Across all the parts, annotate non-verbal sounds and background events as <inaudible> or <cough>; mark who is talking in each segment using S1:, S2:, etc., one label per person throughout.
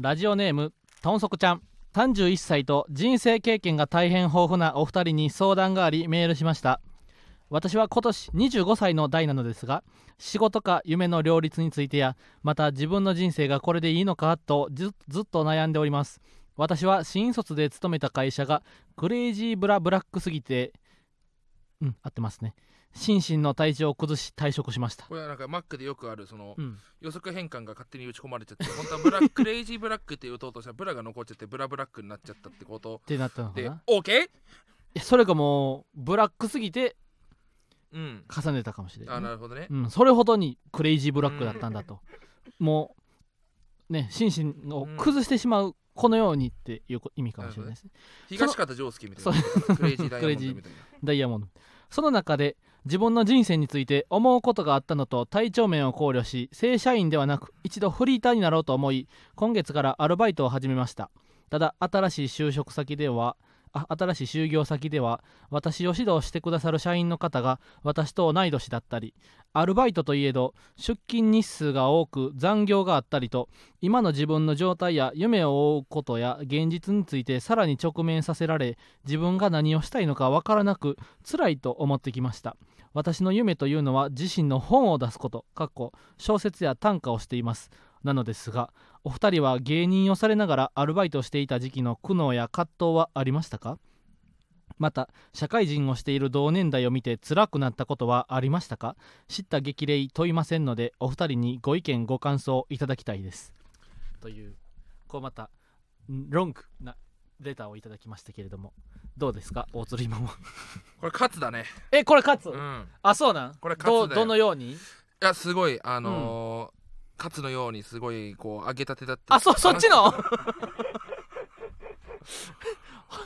S1: ラジオネーム豚足ちゃん31歳と人生経験が大変豊富なお二人に相談がありメールしました私は今年25歳の代なのですが仕事か夢の両立についてやまた自分の人生がこれでいいのかとずずっと悩んでおります私は新卒で勤めた会社がクレイジーブラブラックすぎてうん合ってますね心身の体調を崩し退職しました
S2: これはなんかマックでよくあるその
S1: うん
S2: 予測変換が勝手に打ち込まれちゃって本当はブラッククレイジーブラックって打とうとしたらブラが残っちゃってブラブラックになっちゃったってこと
S1: ってなったのか
S2: で
S1: な
S2: OK?
S1: いやそれがもうブラックすぎて
S2: うん
S1: 重ねたかもしれな
S2: あ
S1: い、
S2: なるほどね
S1: うん、それほどにクレイジーブラックだったんだと、もうね心身を崩してしまうこのようにっていうこ意味かもしれないですね
S2: 東方丈介みたいな <laughs> クレイジーダイヤモンドみたいな
S1: ダイヤモンドその中で自分の人生について思うことがあったのと体調面を考慮し正社員ではなく一度フリーターになろうと思い今月からアルバイトを始めましたただ新しい就職先ではあ新しい就業先では私を指導してくださる社員の方が私と同い年だったりアルバイトといえど出勤日数が多く残業があったりと今の自分の状態や夢を追うことや現実についてさらに直面させられ自分が何をしたいのか分からなく辛いと思ってきました私の夢というのは自身の本を出すことかっこ小説や短歌をしていますなのですがお二人は芸人をされながらアルバイトをしていた時期の苦悩や葛藤はありましたかまた社会人をしている同年代を見て辛くなったことはありましたか知った激励問いませんのでお二人にご意見ご感想いただきたいですというこうまたんロングなレターをいただきましたけれどもどうですか大鶴りも
S2: これ勝つだね
S1: <laughs> えこれ勝つ、
S2: うん
S1: あそうなん
S2: これカツだ
S1: ど
S2: よ
S1: うどのように
S2: いやすごいあのーカツのようにすごいこう揚げたてだった
S1: あそそっちの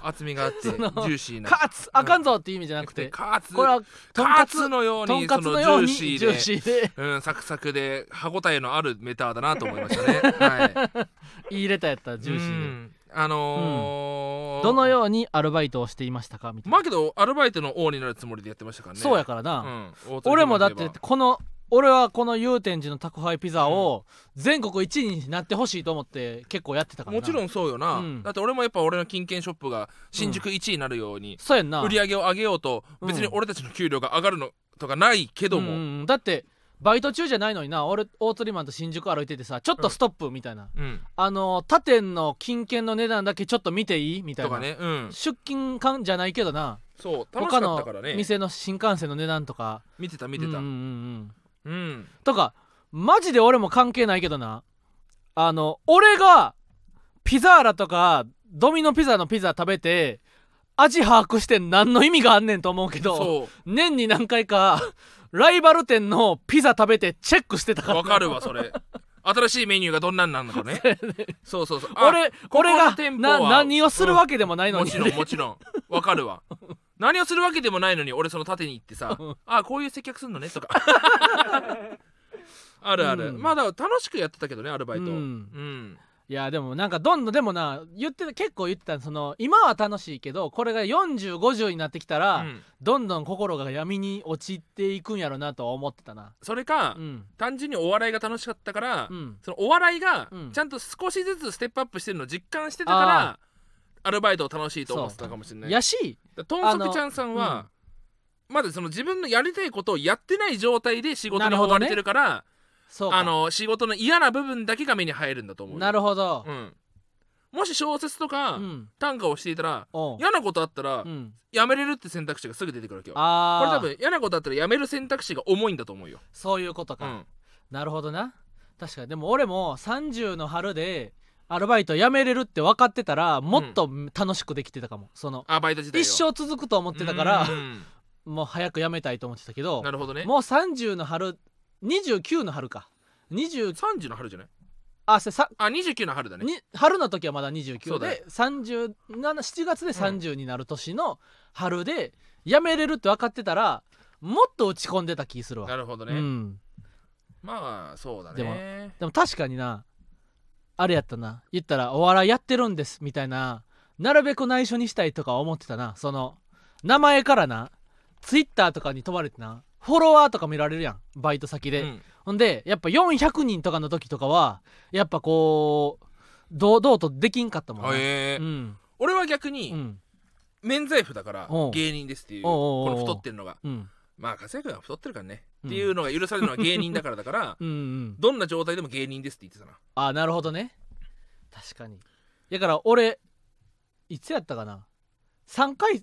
S2: 厚みがあってジ
S1: その
S2: ューシーな
S1: 勝つあかんぞっていう意味じゃなくて
S2: カツ
S1: これはとんか
S2: カ
S1: つ
S2: ツのよう
S1: とん
S2: に
S1: か
S2: そ
S1: つ
S2: の
S1: の
S2: ジ
S1: よ
S2: ュ
S1: う
S2: ー
S1: に
S2: シー
S1: ジュー
S2: で
S1: シーで
S2: うん、サクサクで歯ごたえのあるメターだなと思いましたね。はい
S1: いレターやったら、ジューシ
S2: う
S1: ーで
S2: んあのー
S1: どのようにアルバイトをしていましたかみたいな、
S2: まあけどアルバイトの王になるつもりでやってましたからね。
S1: そうやから
S2: う
S1: な、
S2: ん、大鶴
S1: 俺もだっ
S2: ひ
S1: て
S2: ろしといえば
S1: この俺はこの祐天寺の宅配ピザを全国一位になってほしいと思って結構やってたからな
S2: もちろんそうよな、
S1: うん
S2: だって俺もやっぱ俺の金券ショップが新宿1位になるように、
S1: そうやんな
S2: 売り上げを上げようと
S1: うん
S2: 別に俺たちの給料が上がるのとかないけども、
S1: うんうんうんだってバイト中じゃないのにな俺大鳥マンと新宿歩いててさちょっとストップみたいな、
S2: うん
S1: あの他店の金券の値段だけちょっと見ていいみたい
S2: と
S1: な
S2: かね、うん、
S1: 出勤感じゃないけどな
S2: そう
S1: 他
S2: 楽しかった
S1: の
S2: からね
S1: 店の新幹線の値段とか
S2: 見てた見てた、
S1: うう
S2: うん
S1: んんうんとかマジで俺も関係ないけどなあの俺がピザーラとかドミノピザのピザ食べて味把握して何の意味があんねんと思うけど
S2: そ
S1: 年に何回かライバル店のピザ食べてチェックしてた
S2: う
S1: から
S2: わかるわそれ新しいメニューがどんなんなんの
S1: <laughs>
S2: かねそうそうそうあ
S1: 俺
S2: この
S1: 俺が
S2: 店舗
S1: な
S2: は
S1: 何をするわけでもないの
S2: も
S1: に、
S2: ちろんもちろんわ
S1: <laughs>
S2: かるわ何をするわけでもないのに俺その縦に行ってさ
S1: うん
S2: あこういう接客すんのねと
S1: <laughs>
S2: かあるある、
S1: うん
S2: まあだから楽しくやってたけどねアルバイト
S1: うん
S2: うん
S1: いやでもなんかどんどんでもな言ってた結構言ってたその今は楽しいけどこれが4050になってきたら、
S2: うん
S1: どんどん心が闇に陥っていくんやろなとは思ってたな
S2: それか、
S1: うん
S2: 単純にお笑いが楽しかったから、
S1: うん
S2: そのお笑いが
S1: うん
S2: ちゃんと少しずつステップアップしてるのを実感してたから、アルバイトを楽しいと思ってたかもしれない
S1: やし
S2: だから豚足ちゃんさんは、まだその自分のやりたいことをやってない状態で仕事
S1: な
S2: に
S1: るほ
S2: 追
S1: ど
S2: わ
S1: ね
S2: れてるから
S1: そうか
S2: あの仕事の嫌な部分だけが目に入るんだと思うよ
S1: なるほど
S2: うん、もし小説とか、
S1: うん
S2: 短歌をしていたら
S1: おう
S2: 嫌なことあったら、
S1: うん
S2: やめれるって選択肢がすぐ出てくるわけよこ
S1: あ
S2: れ
S1: あ
S2: 多分嫌なことあったらやめる選択肢が重いんだと思うよ、
S1: そういうこと
S2: う
S1: か、
S2: ん、
S1: なるほどな確かにでも俺も30の春でアルバイト辞めれるって分かってたらもっと楽しくできてたかもその
S2: あバイト自体を
S1: 一生続くと思ってたから
S2: うん
S1: もう早く辞めたいと思ってたけど
S2: なるほどね
S1: もう30の春29の春か20
S2: 30の春じゃない
S1: あせさ
S2: あ29の春だね
S1: に春の時はまだ29
S2: そうだ
S1: で
S2: よ
S1: 37 7月で30になる年の春で辞めれるって分かってたらもっと落ち込んでた気するわ、
S2: なるほどね、
S1: うん、
S2: まあそうだね
S1: でもでも確かになあれやったな言ったらお笑いやってるんですみたいななるべく内緒にしたいとか思ってたなその名前からなツイッターとかに飛ばれてなフォロワーとか見られるやんバイト先で、
S2: うん
S1: ほんでやっぱ400人とかの時とかはやっぱこう堂々とできんかったもん
S2: あ
S1: な
S2: えー
S1: うん
S2: 俺は逆に、
S1: うん
S2: 免罪符だから
S1: おう
S2: 芸人ですっていう
S1: おうおうおう
S2: この太ってるのが
S1: うん
S2: まあ勝也君は太ってるからね、
S1: うん
S2: っていうのが許されるのは芸人だからだから
S1: うんうん
S2: どんな状態でも芸人ですって言ってたな
S1: あなるほどね確かにだから俺いつやったかな3回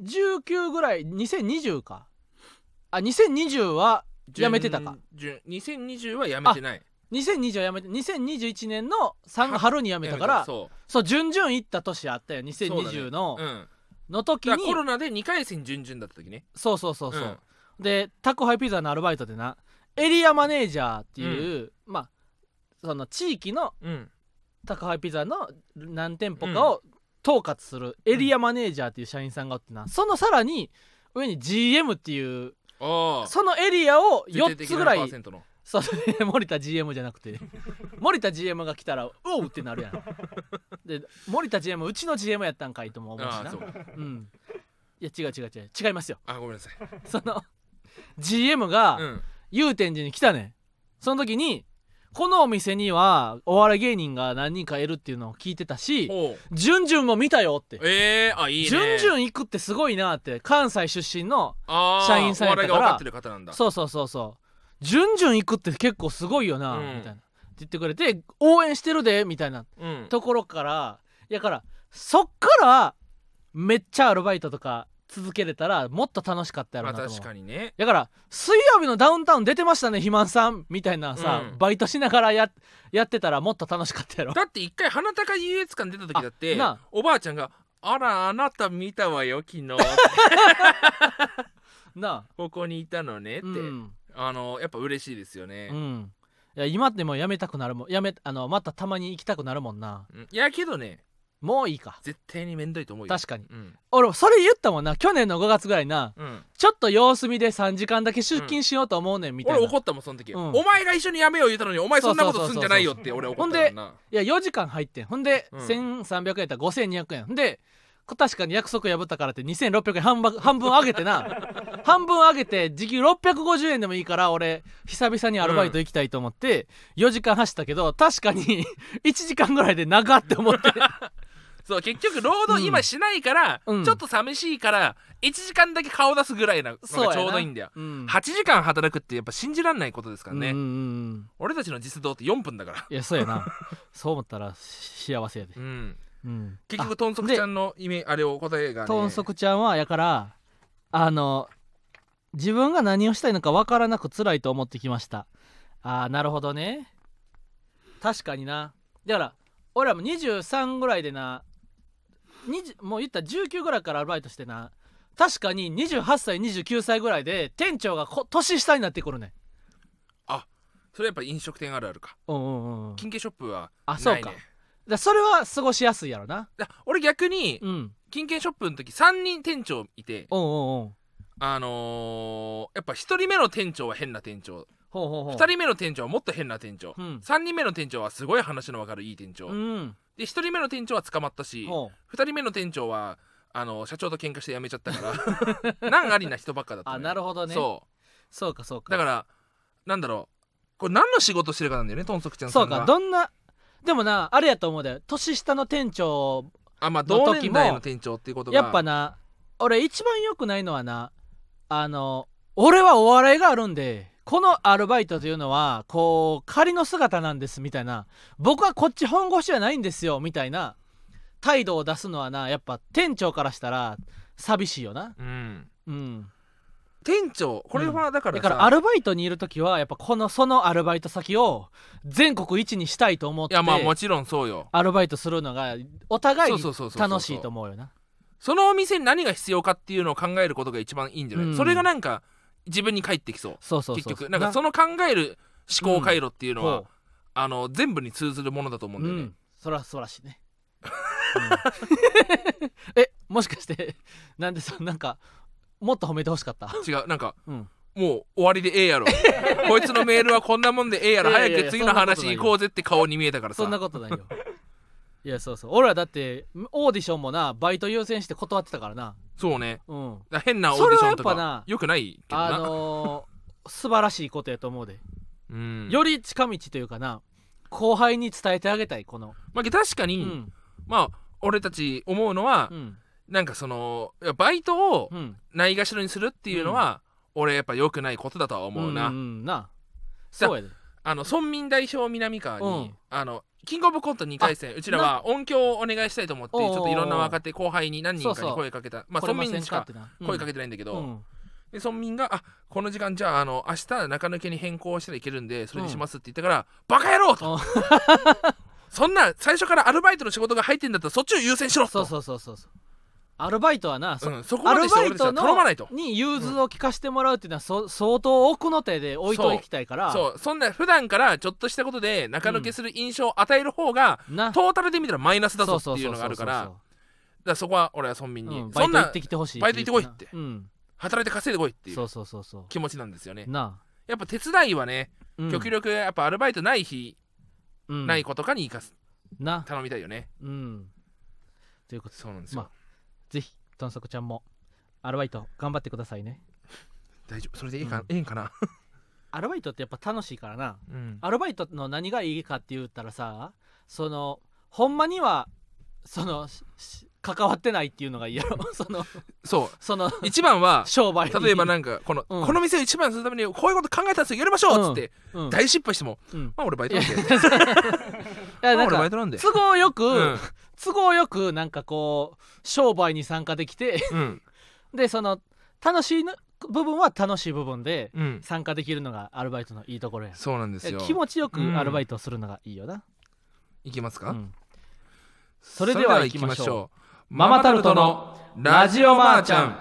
S1: 2019ぐらい2020かあ2020はやめてたか
S2: 順2020はやめてない
S1: 2020はやめて2021年の3春にやめた
S2: <laughs>
S1: から
S2: そ
S1: そう順々行った年あったよ
S2: そうだね
S1: 2020の、
S2: う、うん、
S1: の時
S2: だから
S1: に
S2: コロナで2回戦準々だった時ね
S1: そうそうそうそう、
S2: ん
S1: で宅配ピザのアルバイトでなエリアマネージャーっていう、まあその地域の
S2: うん
S1: 宅配ピザの何店舗かを統括するエリアマネージャーっていう社員さんがおってな、そのさらに上に GM っていう
S2: ああ
S1: そのエリアを4つぐらい
S2: 絶対的な1%の
S1: そう <laughs> 森田 GM じゃなくて森田 GM が来たら「うおう!」ってなるやんで森田 GM うちの GM やったんかいとも思うし
S2: ああ
S1: な
S2: そう
S1: うんいや違う違う違う違いますよ
S2: あごめんなさい
S1: その GM が、
S2: うん
S1: 祐天寺に来たねんその時にこのお店にはお笑い芸人が何人かいるっていうのを聞いてたし
S2: おう
S1: 「じゅんじゅんも見たよ」って
S2: えー、あいいね
S1: じゅんじゅん行くってすごいな」って関西出身の
S2: あー
S1: 社員さんやっ
S2: お
S1: た
S2: 笑い
S1: か
S2: が
S1: ら
S2: 分かってる方なんだ
S1: そうそうそうそう「じゅんじゅん行くって結構すごいよな」
S2: うん
S1: みたいなって言ってくれて「応援してるで」みたいな
S2: う、ん、
S1: ところからやからそっからめっちゃアルバイトとか続けれたらもっと楽しかったや
S2: ま
S1: ろう
S2: あ
S1: なと思
S2: 確
S1: う
S2: かにね
S1: だから水曜日のダウンタウン出てましたね肥満さんみたいなさ、
S2: うん
S1: バイトしながらややってたらもっと楽しかったやろ
S2: だって一回鼻高優越感出た時だって
S1: あなあ
S2: おばあちゃんが「あらあなた見たわよ昨
S1: <laughs>
S2: 日
S1: なあ
S2: ここにいたのね」って、
S1: うん、
S2: あのやっぱ嬉しいですよね
S1: う、ん、いや今ってもうやめたくなるもんやめあのまたたまに行きたくなるもんな
S2: うんいやけどね
S1: もういいか
S2: 絶対にめんどいと思うよ
S1: 確かに
S2: うん
S1: 俺それ言ったもんな去年の5月ぐらいな
S2: うん、
S1: ちょっと様子見で3時間だけ出勤しようと思うねんみたい
S2: 俺
S1: な、
S2: 怒ったもんその時、
S1: うん
S2: お前が一緒にやめよう言ったのにお前そんなことすんじゃないよって俺怒ったもんない
S1: や4時間入ってんほんで、
S2: うん
S1: 1300円やったら5200円ほんでこ確かに約束破ったからって2600円半ば半分上げて
S2: <laughs>
S1: な半分上げて時給650円でもいいから俺久々にアルバイト行きたいと思って、4時間走ったけど確かに <laughs> 1時間ぐらいで長って思って
S2: <laughs> そう結局労
S1: うん
S2: 働今しないから、
S1: うん
S2: ちょっと寂しいから1時間だけ顔出すぐらいなのがち
S1: そうやな
S2: ょうどいいんだよ、
S1: うん
S2: 8時間働くってやっぱ信じらんないことですからね、
S1: うんうんうん
S2: 俺たちの実動って4分だから
S1: いやそうや
S2: <laughs>
S1: なそう思ったらし幸せやで
S2: う、ん
S1: うん、
S2: 結局豚足ちゃんのイメあれを答えがね
S1: 豚足ちゃんはやからあの自分が何をしたいのか分からなく辛いと思ってきましたあーなるほどね確かになだから俺らも23ぐらいでな20もう言ったら19ぐらいからアルバイトしてな確かに28歳29歳ぐらいで店長がこ年下になってくるね
S2: それやっぱ飲食店あるあるか
S1: うんうんうんだか
S2: 金券ショップは
S1: あそう
S2: ない
S1: か
S2: ね
S1: らそれは過ごしやすいやろな
S2: だ俺逆に
S1: うん
S2: 金券ショップの時3人店長いて
S1: おうんうんうん
S2: あのー、やっぱ1人目の店長は変な店長
S1: ほうほうほう
S2: 2人目の店長はもっと変な店長
S1: うん
S2: 3人目の店長はすごい話の分かるいい店長
S1: うん
S2: で1人目の店長は捕まったし
S1: ほう
S2: 2人目の店長はあの社長と喧嘩して辞めちゃったか
S1: <laughs>
S2: ら難ありな人ばっかだったの
S1: あ
S2: よ
S1: なるほどね
S2: そう
S1: そうかそうか
S2: だからなんだろうこれ何の仕事してるかなんだよね豚足ちゃんさ
S1: そ
S2: ん
S1: う
S2: が
S1: かどんなでもなあれやと思うで年下の店長
S2: あまあ
S1: の時も
S2: 同年代の店長っていうことが
S1: やっぱな俺一番良くないのはなあの俺はお笑いがあるんでこのアルバイトというのはこう仮の姿なんですみたいな僕はこっち本腰じゃないんですよみたいな態度を出すのはなやっぱ店長からしたら寂しいよな
S2: うん
S1: うん
S2: 店長これはだから
S1: だ
S2: さ、
S1: からアルバイトにいる時はやっぱこのそのアルバイト先を全国一にしたいと思っ
S2: い
S1: て
S2: やまあもちろんそうよ
S1: アルバイトするのがお互い
S2: そう
S1: に
S2: そうそうそう
S1: 楽しいと思うよな
S2: そのお店に何が必要かっていうのを考えることが一番いいんじゃない、
S1: うん
S2: それがなんか自分に返ってきそう
S1: そうそうそう
S2: 結局なんかその考える思考回路っていうのは、
S1: ほ
S2: あの全部に通ずるものだと思う
S1: うん
S2: だよね、
S1: んそらそらしいねうん <laughs> えもしかしてなんでそなんかもっと褒めてほしかった
S2: 違うなんか
S1: うん
S2: もう終わりでええやろ <laughs> こいつのメールはこんなもんでええやろ
S1: いやいやいや
S2: 早く次の話行こうぜって顔に見えたからさ
S1: そんなことないよいやそうそう俺らだってオーディションもなバイト優先して断ってたからな
S2: そうね
S1: うん
S2: だから変なオーディションと
S1: それはやっぱな
S2: かよくないけどな、
S1: あのー、素晴らしいことやと思うで
S2: うん、
S1: より近道というかな後輩に伝えてあげたいこの
S2: まあ、確か
S1: う
S2: に、
S1: ん
S2: まあ俺たち思うのは、
S1: うん
S2: なんかそのいやバイトを
S1: うん
S2: ないがしろにするっていうのは、俺やっぱ良くないことだとは思うな、
S1: んんなそうやで
S2: あの村民代表南川に、
S1: うん
S2: あのキングオブコント2回戦うちらは音響をお願いしたいと思ってち
S1: おうおうおう
S2: ょっといろんな若手後輩に何人か
S1: そう
S2: に
S1: そう
S2: 声かけたまあ
S1: これ
S2: 村
S1: ま
S2: 民
S1: せん
S2: にし
S1: かっ
S2: か
S1: てな
S2: 声かけ
S1: て
S2: てないんだけど、
S1: うん
S2: で村民が「あこの時間じゃああの明日中抜けに変更したらいけるんでそれにします」って言ったから「バカ野郎!」
S1: <laughs> お
S2: と <laughs> そんな最初からアルバイトの仕事が入ってんだったらそっちを優先しろと
S1: そうそうそうそうそうアルバイトはなそ
S2: うん、そこ
S1: ア
S2: ま
S1: ル
S2: でし
S1: バ
S2: て俺
S1: イ
S2: たち
S1: ト
S2: は
S1: の
S2: 頼まないと。
S1: に融通を聞かせてもらうっていうのはそ相当奥の手で置いといきたいから
S2: そうそんな普段からちょっとしたことで中抜けする印象を与える方が、
S1: な
S2: トータルで見たらマイナスだぞ
S1: そ
S2: っていうのがあるからだ
S1: そう
S2: からそこは俺は村民
S1: そうそうう
S2: に、
S1: んバ
S2: そ
S1: イ
S2: ん
S1: ト行っ
S2: な
S1: てきてほしい
S2: バイト行ってこいって
S1: うん
S2: 働いて稼いでこいってい
S1: そううそうそうそ
S2: 気持ちなんですよね
S1: うな
S2: やっぱ手伝いはね、
S1: あうん
S2: 極力やっぱアルバイトない日、
S1: うん
S2: ない子とかに生かす
S1: な
S2: 頼みたいよね
S1: うんということで
S2: そうなんですよ、
S1: まぜひとんそくちゃんもアルバイト頑張ってくださいね
S2: 大丈夫それでいいか,、
S1: うん
S2: いいんかな、
S1: アルバイトってやっぱ楽しいからな
S2: うん
S1: アルバイトの何がいいかって言ったらさそのほんまにはそのしし関わってないっていうのがいいやろ <laughs> その
S2: そ
S1: その
S2: う一
S1: <laughs>
S2: 番は
S1: 商売に
S2: 例えばなんかこの、
S1: うん
S2: この店を一番するためにこういうこと考えたんですよやりましょうっつって、
S1: うん、
S2: 大失敗しても
S1: うん、
S2: まあ俺バイトなん
S1: <laughs>
S2: で
S1: いやなん
S2: まあ俺バ
S1: か
S2: イトなんで
S1: 都合よく、
S2: うん
S1: 都合よくなんかこう商売に参加できて
S2: うん
S1: でその楽しいの部分は楽しい部分で
S2: うん
S1: 参加できるのがアルバイトのいいところや
S2: そうなんですよ
S1: 気持ちよく
S2: うん
S1: アルバイトするのがいいよな、
S2: いきます
S1: うん
S2: か、
S1: それでは行きましょう
S2: う
S1: ママタルトのラジオマーちゃん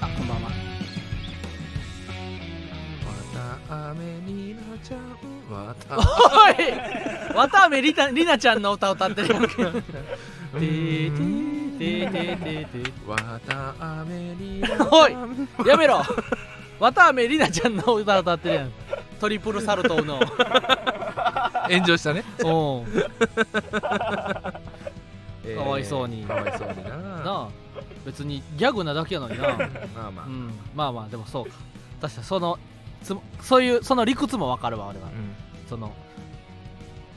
S1: あこんばんは
S2: また雨になっちゃうまた
S1: おい渡辺りなりなちゃんの歌を歌ってるやんけてーてーてーてーてーてー
S2: また雨になっ
S1: <laughs> おいやめろ渡辺りなちゃんの歌歌ってるやんトリプルサルトーの
S2: 炎上したね
S1: お <laughs>
S2: えー
S1: かわいそうに
S2: かわいそうにな
S1: <laughs> なあ別にギャグなだけやのにな、
S2: まあま
S1: う
S2: あ、うん
S1: ん、まあまあでもそうか確かにそのつもそういうその理屈もわかるわ俺はその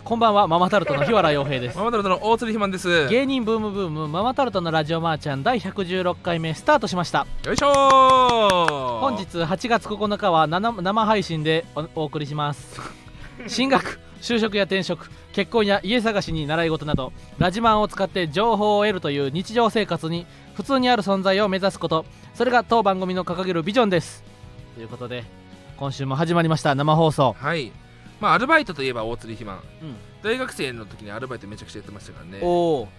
S1: こんばんはママタルトの日原洋平です
S2: <laughs> ママタルトの大鶴ひまんですよ
S1: 芸人ブームブームママタルトのラジオマーちゃん第116回目スタートしました
S2: いしょー
S1: 本日8月9日は生生配信でおお送りします <laughs> 進学就職や転職結婚や家探しに習い事などラジマンを使って情報を得るという日常生活に普通にある存在を目指すことそれが当番組の掲げるビジョンですということで今週も始まりました生放送、
S2: はいまあアルバイトといえば大鶴ひまん
S1: うん、
S2: 大学生の時にアルバイトめちゃくちゃやってましたからね
S1: おお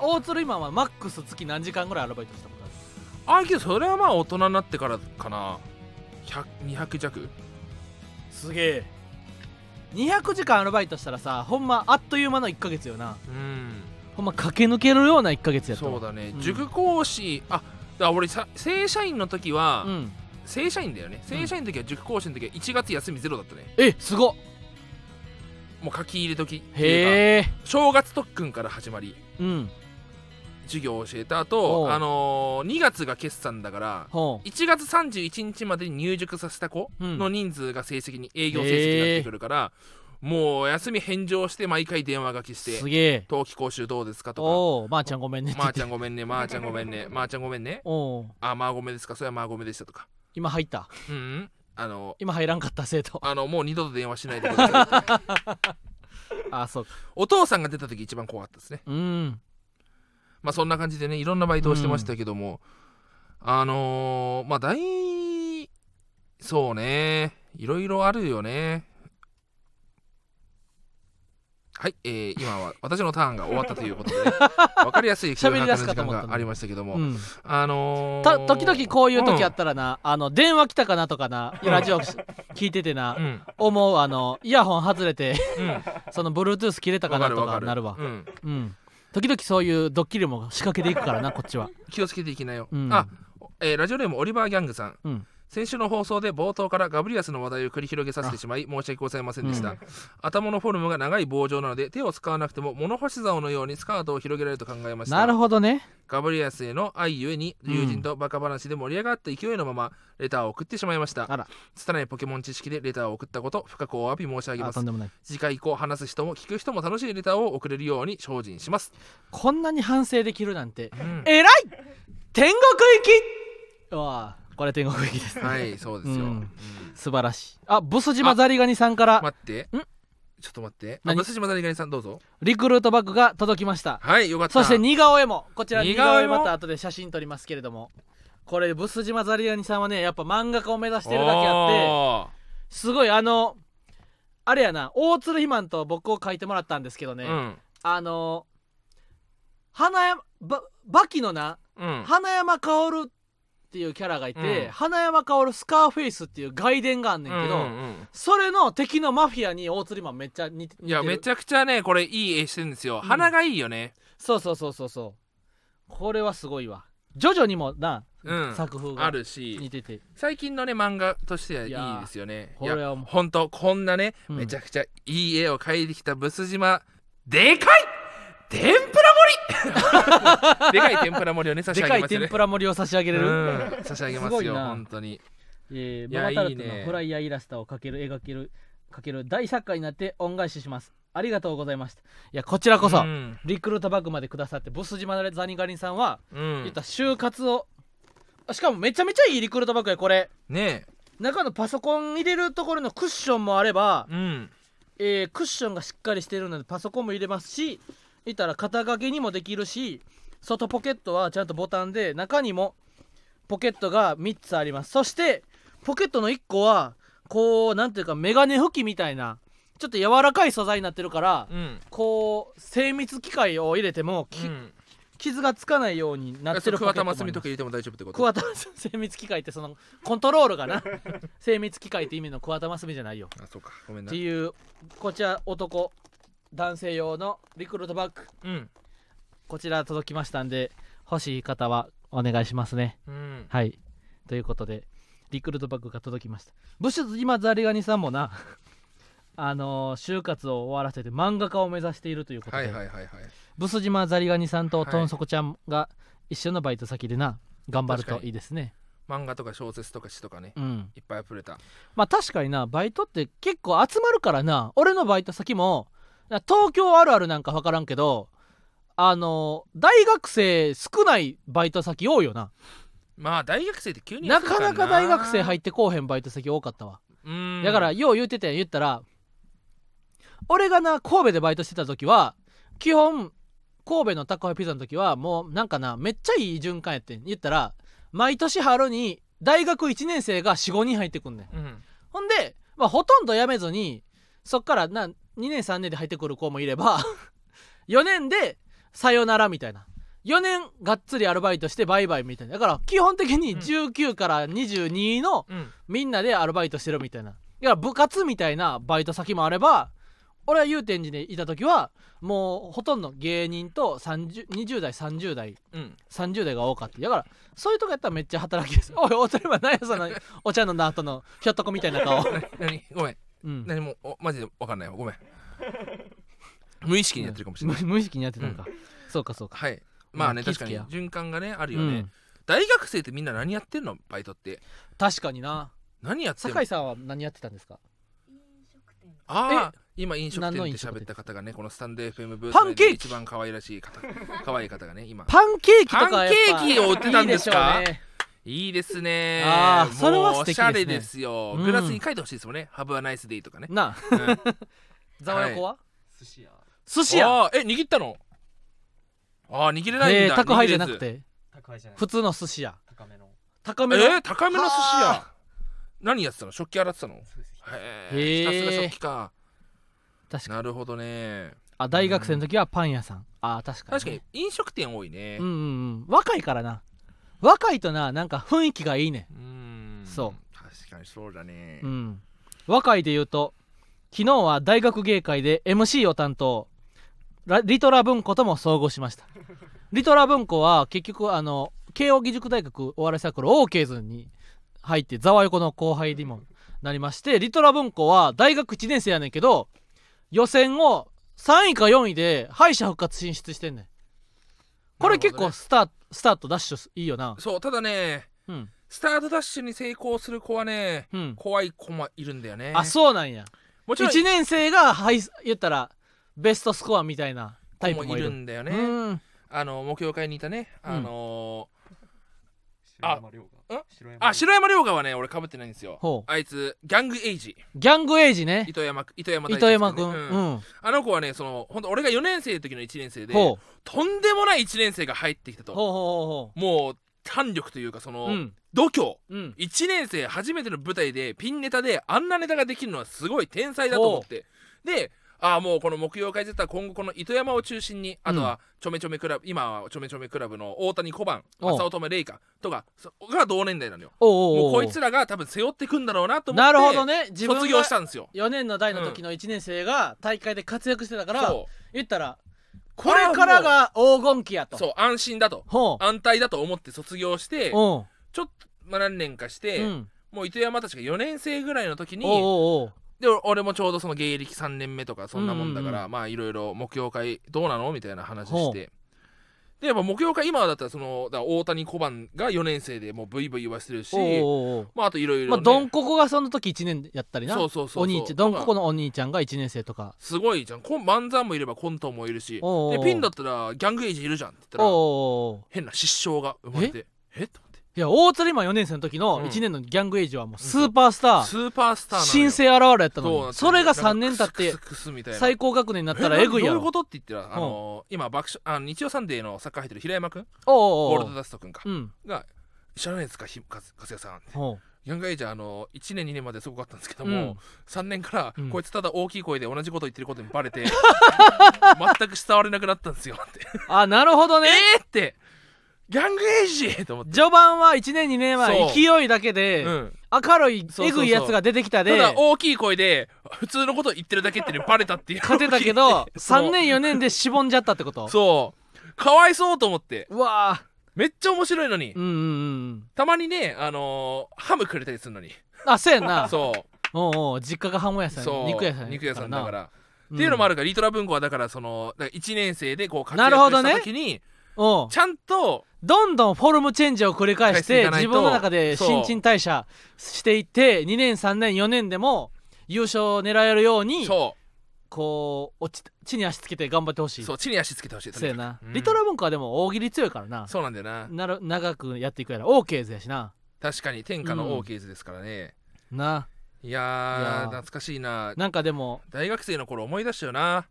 S1: 大鶴今はマックス月何時間ぐらいアルバイトしたことある
S2: あけどそれはまあ大人になってからかな100 200弱
S1: すげえ200時間アルバイトしたらさほんまあっという間の1ヶ月よな
S2: うん
S1: ほんま駆け抜けるような1ヶ月やった
S2: そう
S1: だ
S2: だね、
S1: うん
S2: 塾講師あだから俺さ正社員の時は、
S1: うん
S2: 正社員だよね正社員の時は塾講師の時は1月休みゼロだったね
S1: えすごっ
S2: もう書き入れ時っていうか
S1: へえ
S2: 正月特訓から始まり
S1: うん
S2: 授業を教えた
S1: おう
S2: 後あのー、2月が決算だから
S1: ほ
S2: 1月31日までに入塾させた子
S1: うん
S2: の人数が成績に営業成績になってくるから、もう休み返上して毎回電話がき
S1: う
S2: して
S1: すげえ
S2: 冬季講習どうですかと
S1: おおまー、ちゃんごめんねって
S2: かま
S1: 言
S2: ー、
S1: って
S2: ちゃんごめんねまー、ちゃんごめんねまー、ちゃんごめんね
S1: お <laughs> お
S2: あまあごめんですかそれはまあごめんでしたとか
S1: 今入った
S2: うんうんあの
S1: 今入らんかった生徒
S2: あのもう二度と電話しないでくだ <laughs> さいって
S1: あそうか
S2: お父さんが出た時一番怖かったですね
S1: うん
S2: まあそんな感じでねいろんなバイトをしてましたけども、あのー、まあ大そうねいろいろあるよねはい、えー、今は私のターンが終わったということ <laughs> で、ね、分かりやすい空
S1: 喋り
S2: 白
S1: 出
S2: の
S1: す
S2: 時
S1: かと
S2: 間
S1: 思ったの
S2: がありましたけども、
S1: うん
S2: あのー、
S1: た時々こういう時あ
S2: た
S1: ったらな、あの電話来たかなとかなラジオ聞いててな、
S2: うん
S1: 思うあのイヤホン外れて <laughs>
S2: うん、わ
S1: その Bluetooth 切れたかな
S2: かる
S1: と
S2: わ
S1: か
S2: かる
S1: なるわ
S2: うん、
S1: うん時々そういうドッキリも仕掛けていくからなこっちは
S2: 気をつけていきなよ、
S1: うん
S2: あ、えーラジオネームオリバー・ギャングさん、
S1: うん
S2: 先週の放送で冒頭からガブリアスの話題を繰り広げさせてしまい申し訳ございませんでした、
S1: う
S2: 頭のフォルムが長い棒状なので手を使わなくても物干し竿のようにスカートを広げられると考えました
S1: なるほどね
S2: ガブリアスへの愛ゆえに
S1: うん
S2: 友人とバカ話で盛り上がった勢いのままレターを送ってしまいました
S1: あら
S2: 拙いポケモン知識でレターを送ったこと深くお詫び申し上げま
S1: あ
S2: す
S1: とんでもない
S2: 次回以降話す人も聞く人も楽しいレターを送れるように精進します、
S1: こんなに反省できるなんて
S2: うん
S1: えらい天国行きうわあこれ天国行きです
S2: はいそうですよ、
S1: うん
S2: うん
S1: 素晴らしいあブス島ザリガニさんから
S2: 待ってちょっと待ってあ
S1: 何
S2: ブス島ザリガニさんどうぞ
S1: リクルートバッグが届きました
S2: はいよかった
S1: そして似顔絵もこちら
S2: 似
S1: 似
S2: 顔
S1: 顔
S2: 絵
S1: 絵
S2: も
S1: また後で写真撮りますけれどもこれブス島ザリガニさんはねやっぱ漫画家を目指してるだけあって
S2: あっ
S1: すごいあのあれやな大鶴ひまんと僕を書いてもらったんですけどね、
S2: うん
S1: あの花山ばバキのな
S2: うん
S1: 花山薫っていうキャラがいて、
S2: うん
S1: 花山薫スカーフェイスっていう外伝があんねんけど、
S2: うんうん
S1: それの敵のマフィアに大釣りマンめっちゃ似て
S2: うんいや
S1: 似てる
S2: めちゃくちゃねこれいい絵してるんですよ
S1: うん
S2: 鼻がいいよね、
S1: そうそうそうそうそうこれはすごいわ徐々にもな、
S2: うん
S1: 作風が
S2: あるし
S1: 似てて
S2: 最近のね漫画としてはい
S1: いやー
S2: いですよねい
S1: これ
S2: や
S1: はもう
S2: ほんとこんなね、
S1: うん
S2: めちゃくちゃいい絵を描いてきたブス島でかい天ぷ
S1: <laughs>
S2: ら盛りでかい天ぷら盛りをね差し
S1: で
S2: 上
S1: か
S2: げ
S1: い
S2: ますよ
S1: 天
S2: ね
S1: ぷら盛りを差し上げれる、
S2: うん差し上げますす
S1: ごい
S2: よ
S1: な
S2: 本当に
S1: えー
S2: いや
S1: ママタルト
S2: いいね
S1: のフライヤーイラストを描ける描ける描ける大作家になって恩返ししますありがとうございましたいやこちらこそ、
S2: うん
S1: リクルートバッグまでくださってブス島のザニガリンさんは、
S2: うん
S1: 言ったら就活をしかもめちゃめちゃいいリクルートバッグやこれ
S2: ね
S1: 中のパソコン入れるところのクッションもあれば
S2: え、うん
S1: えークッションがしっかりしているのでパソコンも入れますし見たら肩掛けにもできるし外ポケットはちゃんとボタンで中にもポケットが3つありますそしてポケットの1個はこうなんていうかメガネ拭きみたいなちょっと柔らかい素材になってるから
S2: うん
S1: こう精密機械を入れてもき、
S2: うん
S1: 傷がつかないようになって
S2: それ
S1: るポケ
S2: 桑
S1: ット
S2: 田
S1: もあ
S2: 真
S1: りま
S2: 澄と
S1: す
S2: か入れても大丈夫ってこと
S1: 桑田真澄精密機械ってそのコントロールがな精密機械って意味の桑田真澄じゃないよ
S2: あそうかごめん
S1: っ
S2: な
S1: ていうこちら男男性用のリクルートバッグ
S2: うん
S1: こちら届きましたんで欲しい方はお願いしますね
S2: うん
S1: はいということでリクルートバッグが届きましたブシュ今ザリガニさんもな <laughs> あのー就活を終わらせて漫画家を目指しているということ
S2: は
S1: で、
S2: いはいはいはい
S1: ブス島ザリガニさんと
S2: はい
S1: トンソコちゃんが一緒のバイト先でな頑張るといいですね
S2: 漫画とか小説とか詩とかね
S1: うん
S2: いっぱい溢れた
S1: まあ確かになバイトって結構集まるからな俺のバイト先もな東京あるあるなんか分からんけどあの大学生少ないバイト先多いよな
S2: まあ大学生って急に
S1: なかなか大学生入
S2: っ
S1: ってこうへんバイト先多かったわ、
S2: うん
S1: だからよう言うてたやん言ったら俺がな神戸でバイトしてた時は基本神戸の宅配ピザの時はもうなんかなめっちゃいい循環やってん言ったら毎年春に大学1年生が45人入ってくんねん
S2: うん
S1: ほんで、まあ、ほとんど辞めずにそっからな2年3年で入ってくる子もいれば4年でさよならみたいな4年がっつりアルバイトしてバイバイみたいなだから基本的に
S2: うん
S1: 19から22の
S2: うん
S1: みんなでアルバイトしてるみたいないや部活みたいなバイト先もあれば俺は祐天寺にいた時はもうほとんど芸人と30 20代30代
S2: うん
S1: 30代が多かっただからそういうとこやったらめっちゃ働きです <laughs> おいお茶は何やそのお茶飲んだ後のひょっとこみたいな顔、
S2: 何ごめん
S1: うん、
S2: 何もおマジで分かんないわごめん無意識にやってるかもしれない、
S1: 無無意識にやってたのか、そうかそうか
S2: はいまあね
S1: まあ
S2: 確か
S1: 気
S2: に
S1: ぃつ
S2: 循環がねあるよ
S1: う
S2: ね、
S1: ん
S2: 大学生ってみんな何やってんのバイトって
S1: 確かにな
S2: 何やってんの
S1: 酒井さんは何やってたんですか
S2: ああ今飲食店
S1: 何の
S2: で
S1: 飲食店
S2: 喋った方がねこのスタンド FM ブース
S1: パンケーキ
S2: 内で一番可愛らしい方可愛い方がね今
S1: パンケーキとかはやっぱ
S2: パンケーキを売ってたんですか
S1: いいでしょうね
S2: いいですね
S1: あー
S2: もう
S1: それは素敵ですね
S2: おしゃれですよ、
S1: うん
S2: グラスに書いてほしいですもんね「Have a nice day」とかね、
S1: <laughs> なあ
S2: うん、
S1: ざわよこは、
S3: 寿司屋
S1: 寿司屋
S2: あーえ握ったのああ握れないんだ、
S1: えー、宅配じゃ
S2: 握
S1: な
S2: れ
S1: く
S2: ず
S1: て
S3: 高いじゃない
S1: 普通の寿司屋
S3: 高めの
S1: 高めの、
S2: えー、高めの寿司
S1: は
S2: 屋何やってたの食器洗ってたの
S3: そうです
S2: へ
S1: へー
S2: えひたすら食器か
S1: 確かに
S2: なるほどね
S1: あ大学生の時はパン屋さん、あー確かに
S2: 確かに飲食店多いね
S1: うんうんうん若いからな若いとななんか雰囲気がいいね
S2: うーん
S1: そう
S2: 確かにそうだね
S1: うん若いで言うと昨日は大学芸会で MC を担当ラリトラ文庫とも総合しました <laughs> リトラ文庫は結局あの慶應義塾大学お笑いサークルオーケーズに入ってざわ横の後輩にもなりましてリトラ文庫は大学1年生やねんけど予選を3位か4位で敗者復活進出してんねんこれ結
S2: な
S1: 構
S2: るほどね
S1: スタ,、スタートダッシュいいよな
S2: そうただね
S1: うん
S2: スタートダッシュに成功する子はね
S1: うん
S2: 怖い子もいるんだよね
S1: あそうなんや
S2: もちろん
S1: 1年生が敗言ったらベストスコアみたいなタイ
S2: 子
S1: プ
S2: も
S1: も
S2: い
S1: い
S2: る
S1: る
S2: んだよ
S1: う
S2: ね
S1: ん
S2: あの目標会にいたねあの
S3: 白山亮が
S2: あ
S3: 白
S2: ー
S3: 山
S2: あ白山亮河はね俺かぶってないんですよ
S1: ほう
S2: あいつギャングエイジ
S1: ギャングエイジね
S2: 糸山糸山大
S1: 糸山
S2: 輔
S1: 君、
S2: ね
S1: ん、
S2: う
S1: うんん
S2: あの子はねその本当俺が4年生の時の1年生で
S1: ほう
S2: とんでもない1年生が入ってき
S1: ほ
S2: た
S1: うほう
S2: と
S1: ほ
S2: もう胆力というかそう
S1: ほ
S2: の、
S1: ううん
S2: 度胸
S1: うん
S2: 1年生初めての舞台でピンネタであんなネタができるのはすごい天才だと思ってでああもうこの木曜会 Z は今後この糸山を中心にあとはちょめちょめクラブ、今はちょめちょめクラブの大谷小判
S1: おう
S2: 浅乙女玲香とかそが同年代なのよ
S1: おうおうおう
S2: もうこいつらが多分背負ってくんだろうなと思っ
S1: な
S2: て
S1: るほどね自分
S2: 卒業
S1: が
S2: したんですよ
S1: 4年の代の時の1年生が大会で活躍してたから、
S2: そ
S1: 言ったらこれからが黄金期や
S2: う
S1: と
S2: そう安心だと
S1: ほう
S2: 安泰だと思って卒業してち
S1: お
S2: ょっ
S1: う
S2: と、まあ、何年かして、
S1: うん
S2: もう糸山たちが4年生ぐらいの時に
S1: おうおうおう
S2: で俺俺もちょうどその芸歴3年目とかそんなもんだから、
S1: うんう
S2: まあいろいろ目標会どうなのみたいな話してでやっぱ目標会今だったらそのだから大谷小判が4年生でもうブイブイはしてるし
S1: おうおうおう
S2: まああといろい
S1: ま
S2: ろ
S1: あ
S2: ね
S1: ドンココがその時1年やったりな
S2: そうそうそうそう
S1: お兄ちゃんドンココ
S2: だから
S1: のお兄ちゃんが1年生とか
S2: すごいじゃんコン漫才もいればコントもいるし
S1: おうおう
S2: でピンだったらギャングエイジいるじゃんって言った
S1: おうお
S2: ら
S1: うおう
S2: 変な失笑が生まれてえっと思って
S1: いや大鶴マン4年生の時
S2: う
S1: の
S2: ん
S1: 1年のギャングエイジはもうスーパースター、
S2: スーパースターなのよ
S1: 新生現れやった
S2: そうな
S1: の
S2: んで
S1: に
S2: す
S1: そ
S2: よ
S1: れが3年経って
S2: なんかクスクスみたいな
S1: 最高学年になったら
S2: え
S1: えぐいや
S2: どういう
S1: ろ
S2: ことって言ったら、あのー今爆笑あの日曜サンデーのサッカー入ってる平山君
S1: おう
S2: ゴ
S1: おう
S2: ー
S1: お
S2: ルド
S1: う
S2: ダスト君か、
S1: うん
S2: が知らないですかひかすかすやさんって
S1: ほ
S2: ヤングエイジャーあの1年2年まですごかったんですけど
S1: うう
S2: も、
S1: ん
S2: 3年から、
S1: うん
S2: こいつただ大きい声で同じこと言ってることにバ
S1: <laughs>
S2: レて全く伝われなくなったんですよって
S1: あなるほどね
S2: えーってギャングエイジーと思って、
S1: 序盤は1年2年は
S2: そう
S1: 勢いだけで、
S2: うん
S1: 明るい
S2: そうそう
S1: え
S2: そう
S1: ぐいやつが出てきたで
S2: ただ大きい声で普通のこと言ってるだけっていうのにバレたっていう
S1: 勝てたけど
S2: <laughs> そう
S1: 3年4年でしぼんじゃったってこと
S2: <laughs> そうかわいそうと思って
S1: うわー
S2: めっちゃ面白いのに、
S1: うんうんうん
S2: たまにねあのーハムくれたりするのに
S1: あそうやんな
S2: そう
S1: おうおう実家がハム屋さん
S2: そう
S1: 肉屋さん
S2: 肉屋さんだから
S1: っ
S2: っていうのもあ
S1: る
S2: るからリトラ文庫はだからそのだから1年生でこう活
S1: なるほ
S2: 躍
S1: ど
S2: し
S1: ね
S2: た時に
S1: おう
S2: ちゃんと
S1: どんどんフォルムチェンジを繰り返し
S2: 返してい
S1: て
S2: かない
S1: 自
S2: と
S1: 分の中で
S2: そう
S1: 新陳代謝していって2年3年4年でも優勝を狙えるように
S2: そ
S1: こう落ち地に足つけて頑張ってほし
S2: う
S1: い
S2: そう地に足つけてほしい
S1: そうやな、
S2: うん
S1: リトラ文化はでも大喜利強いからな
S2: そうなんだよな
S1: なる長くやっていくやら OK ズやしな
S2: 確かに天下
S1: うん
S2: のオーケーズですからね、
S1: ない
S2: やー
S1: いやー
S2: 懐かしいな
S1: なんかでも
S2: 大学生の頃思い出したよな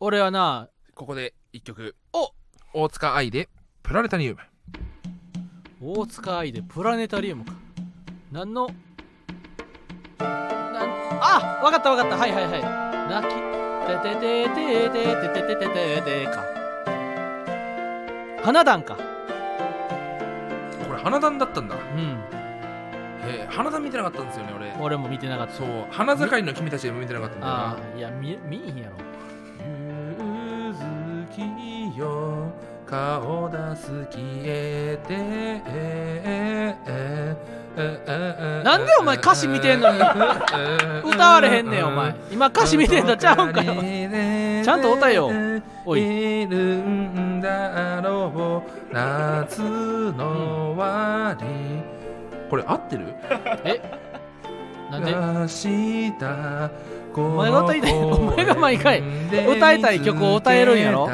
S1: 俺はな
S2: ここで1曲
S1: お
S2: 大塚愛でプラネタニウム
S1: 大塚愛でプラネタリウムか何のなんあわかったわかったはいはいはい泣きててててててててててててか花壇か
S2: これ花壇だったんだ、
S1: うん
S2: えー、花壇見てなかったんですよね俺
S1: 俺も見てなかった
S2: そう花盛りの君たちは見てなかったんだよな
S1: ああいや見見えへんやろ
S2: 夕月よ顔出す消えて
S1: なんでお前歌詞見てん
S2: <laughs>
S1: のに歌われへんねんお前今歌詞見てんのちゃうんかよ
S2: ち
S1: ゃんと歌えよおい
S2: いるんだろう夏の終わりこれ合ってる
S1: なんで
S2: 明日お
S1: 前が歌いたいお前が毎回歌いたい曲を歌えるんやろ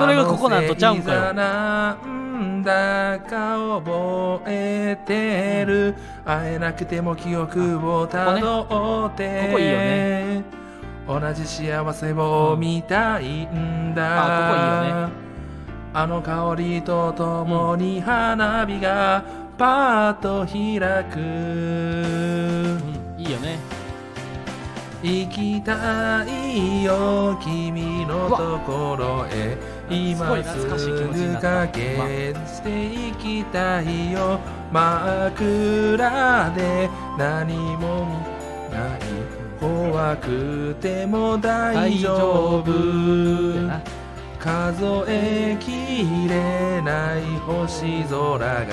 S1: それがここなんとちゃうんかよ
S2: なんだか覚えてる会えなくても記憶をたどって
S1: ここいいよ
S2: ね同じ幸せを見たいんだ、
S1: あ
S2: ここいいよねあの香りとともに花火がパーッと開く
S1: うんいいよね
S2: 行きたいよ君のところへ
S1: すご
S2: 今
S1: い
S2: す
S1: 懐かしい気持ちに
S2: ぐ
S1: なった
S2: 駆けしていきたいよ真っ暗で何も見ない怖くても大丈夫
S1: やな
S2: 数えきれない星空が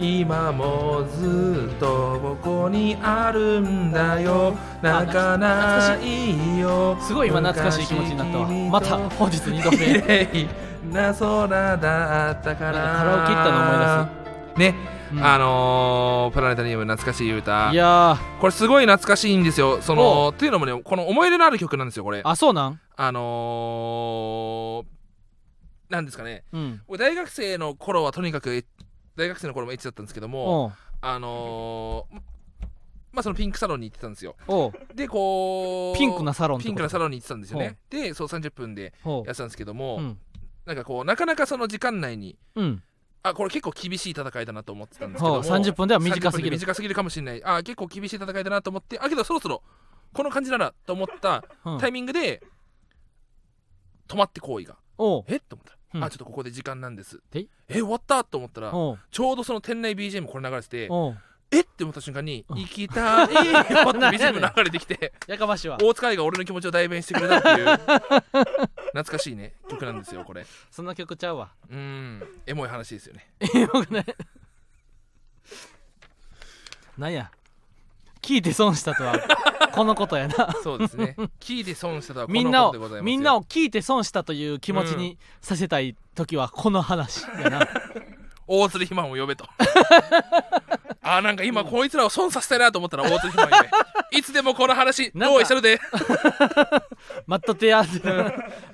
S2: 今もずっとここにあるんだよ
S1: あ
S2: 泣かないよ
S1: すごい今懐かしい気持ちになったわまた本日2度
S2: 綺
S1: 目
S2: 麗な空だったから
S1: なんかカラオケ行ったの思
S2: い出すね、
S1: うん
S2: あのープラネタリウム懐かしい歌
S1: いやー
S2: これすごい懐かしいんですよそのっていうのもねこの思い入れのある曲なんですよこれあ
S1: あそうなん
S2: のー、なんですかね
S1: うん
S2: 僕大学生の頃はとにかくエッ大学生の頃もエッチだったんですけども
S1: おう
S2: あのーまあそのピンクサロンに行ってたんですよ
S1: おう
S2: でこう
S1: ピンクなサロンって
S2: ピ
S1: こ
S2: ン
S1: と
S2: クなサロンに行ってたんですよねでそう30分で
S1: おう
S2: やってたんですけども、
S1: うん
S2: なんかこうなかなかその時間内に
S1: うん
S2: あこれ結構厳しい戦いだなと思ってたんですけ
S1: ほ
S2: ど
S1: う
S2: も
S1: 30分では短すぎ
S2: 30分
S1: る
S2: で短すぎるかもしれないあ結構厳しい戦いだなと思ってあけどそろそろこの感じならと思った
S1: うん
S2: タイミングで止まって行為が
S1: おう
S2: えっと思ったら、
S1: うん
S2: あちょっとここで時間なんです
S1: てい
S2: え終わったと思ったら
S1: おう
S2: ちょうどその店内 BGM これ流れてて
S1: おう
S2: えって思った瞬間に
S1: うん
S2: 行きたいよっ
S1: <laughs>
S2: て BGM 流れてきて
S1: やかましいわ
S2: 大塚愛が俺の気持ちを代弁してくれたっていう <laughs> 懐かしいね曲なんですよこれ
S1: そんな曲ちゃうわ <laughs>
S2: うーんエモい話ですよね
S1: なんや聞いて損したと
S2: <laughs>
S1: はこのことやな
S2: そうですね。聞いて損したとはこ
S1: みん
S2: の
S1: な
S2: こと
S1: を
S2: でございますよ。
S1: みんなを聞いて損したという気持ちにさせたい時はこの話やな
S2: 大鶴ひまんを呼
S1: <laughs>
S2: べと。あーなんか今こいつらを損させたいなと思ったら大鶴ひまん呼べ。いつでもこの話
S1: なんか
S2: 用意してるで。
S1: 待っとってやって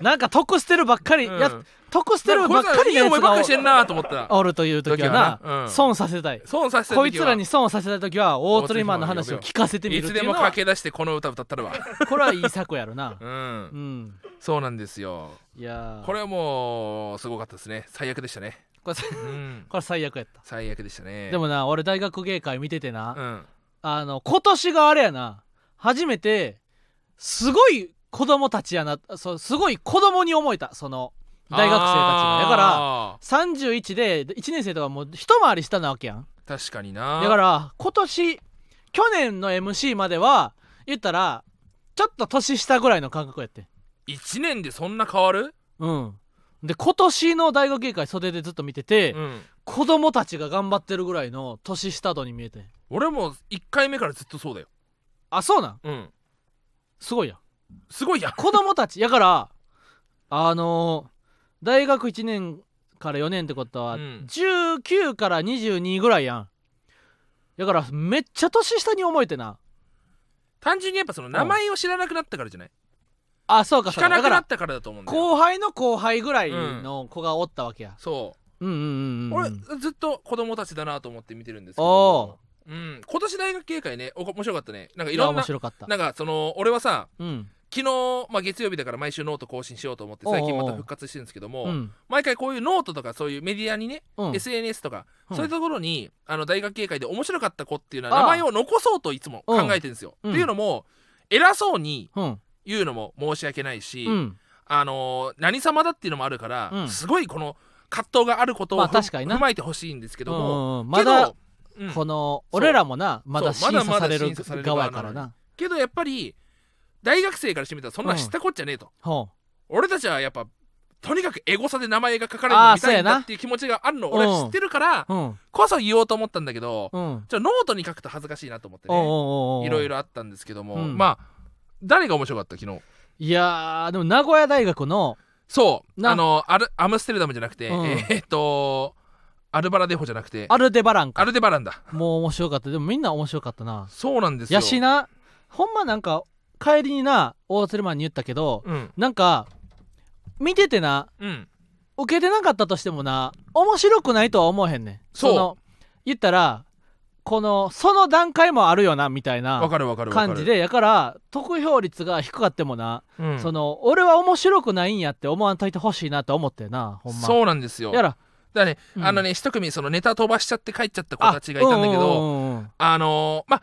S1: なんか得してるばっかりや、
S2: うん
S1: 得してるばっかり
S2: な
S1: や
S2: んかこいつらいい思い
S1: つ
S2: ばっかりして
S1: が
S2: んなと思ったら
S1: おおるという時はな
S2: 時はなうん
S1: 損させたい
S2: 損させた時は
S1: こいつらに損をさせたい時は大鳥マンの話を聞かせてみ
S2: い
S1: るっ
S2: つ
S1: てい
S2: で
S1: うの
S2: も
S1: は
S2: 駆け出してこの歌歌ったるわ。
S1: これはいい策やろ
S2: <laughs>
S1: な
S2: う。
S1: うんん
S2: そうなんですよ。
S1: いやー
S2: これはもうすごかったですね。最悪でしたね。
S1: これさ
S2: うん。
S1: これ最悪やった
S2: 最悪でしたね。
S1: でもな俺大学芸会見ててな、
S2: うん。
S1: あの今年があれやな初めてすごい子供たちやなそうすごい子供に思えたその大学生たちがだから
S2: あ
S1: 31で1年生とかもう一回りしたなわけやん
S2: ー確かにな。
S1: だから今年去年の MC までは言ったらちょっと年下ぐらいの感覚やって
S2: 一年でそんな変わる？
S1: うんで今年の大学芸会袖でずっと見てて、
S2: うん。
S1: 子供たちが頑張ってるぐらいの年下度に見えて
S2: 俺も1回目からずっとそうだよ
S1: あそうなん
S2: うん
S1: すごいやん
S2: すごいやん
S1: 子供たちやから <laughs> あのー大学1年から4年ってことは、
S2: うん
S1: 19から22ぐらいやんやからめっちゃ年下に思えてな
S2: 単純にやっぱその名前を知らなくなったからじゃない
S1: あそうか
S2: 聞
S1: そう
S2: かな
S1: だか
S2: くな
S1: ら
S2: ったからだと思うんだよ
S1: 後輩の後輩ぐらいの子がおったわけや、
S2: そ
S1: うん、うんうんうん
S2: う
S1: うん
S2: 俺ずっと子供たちだなと思って見てるんですけ
S1: お
S2: どうん今年大学警戒ねおこ面白かったねなんか
S1: ー
S2: い
S1: いや
S2: ろん
S1: 面
S2: な
S1: 白かった
S2: なんかその俺はさ
S1: うん
S2: 昨日、まあ、月曜日だから毎週ノート更新しようと思って最近また復活してるんですけども、
S1: うん
S2: 毎回こういうノートとかそういうメディアにね、
S1: うん
S2: SNS とか、
S1: うん
S2: そういうところにあの大学警戒で面白かった子っていうの
S1: あ
S2: は
S1: あ
S2: 名前を残そうといつも考えてるんですよ。
S1: うん
S2: っていうのも偉そうに
S1: うん
S2: 言うのも申し訳ないし、
S1: うん
S2: あのー何様だっていうのもあるから、
S1: うん
S2: すごいこの葛藤があることを、
S1: まあ確かにな
S2: 踏まえてほしいんですけど
S1: う
S2: も、
S1: んうんまだ
S2: けど,うん、
S1: この
S2: そう
S1: 俺らもなまだ
S2: そう
S1: 審
S2: まだ
S1: 査され
S2: まだ
S1: る
S2: 審査される
S1: 側
S2: 側
S1: やから
S2: なの
S1: な
S2: けどやっぱり大学生からしてみたらそんな
S1: うん
S2: 知ったこっちゃねえと、
S1: ほ
S2: 俺たちはやっぱとにかくエゴさで名前が書かれるの
S1: あー
S2: 見た
S1: そ
S2: いん
S1: うや
S2: だ
S1: な
S2: っていう気持ちがあるの俺は知ってるから
S1: ううん
S2: こそ言おうと思ったんだけど、
S1: うん
S2: ちょノートに書くと恥ずかしいなと思って
S1: おうお
S2: ね
S1: うおうおう
S2: いろいろあったんですけども、
S1: うん
S2: まあ誰が面白かった昨日
S1: いやーでも名古屋大学の
S2: そう
S1: な
S2: あのアルアムステルダムじゃなくて、
S1: うん
S2: えーっとアルバラデホじゃなくて
S1: アルデバラン
S2: ア
S1: か
S2: ルデバランだ
S1: もう面白かったでもみんな面白かったな
S2: そうなんですよ
S1: やしなほんまなんか帰りにな大鶴マンに言ったけど
S2: うん
S1: なんか見ててな
S2: うん
S1: 受けてなかったとしてもな面白くないとは思えへんねん
S2: そう
S1: の言ったらこのその段階もあるよなみたい
S2: わ
S1: な
S2: かるわかるわかる
S1: 感じ、でやから得票率が低かってもな、
S2: うん
S1: その俺は面白くないんやって思わんといてほしいなと思ってなほんま
S2: そうなんですよ
S1: やら
S2: だからね、
S1: うん
S2: あのね一組そのネタ飛ばしちゃって帰っちゃった子たちがいたんだけどあ,、
S1: ど
S2: のーまあ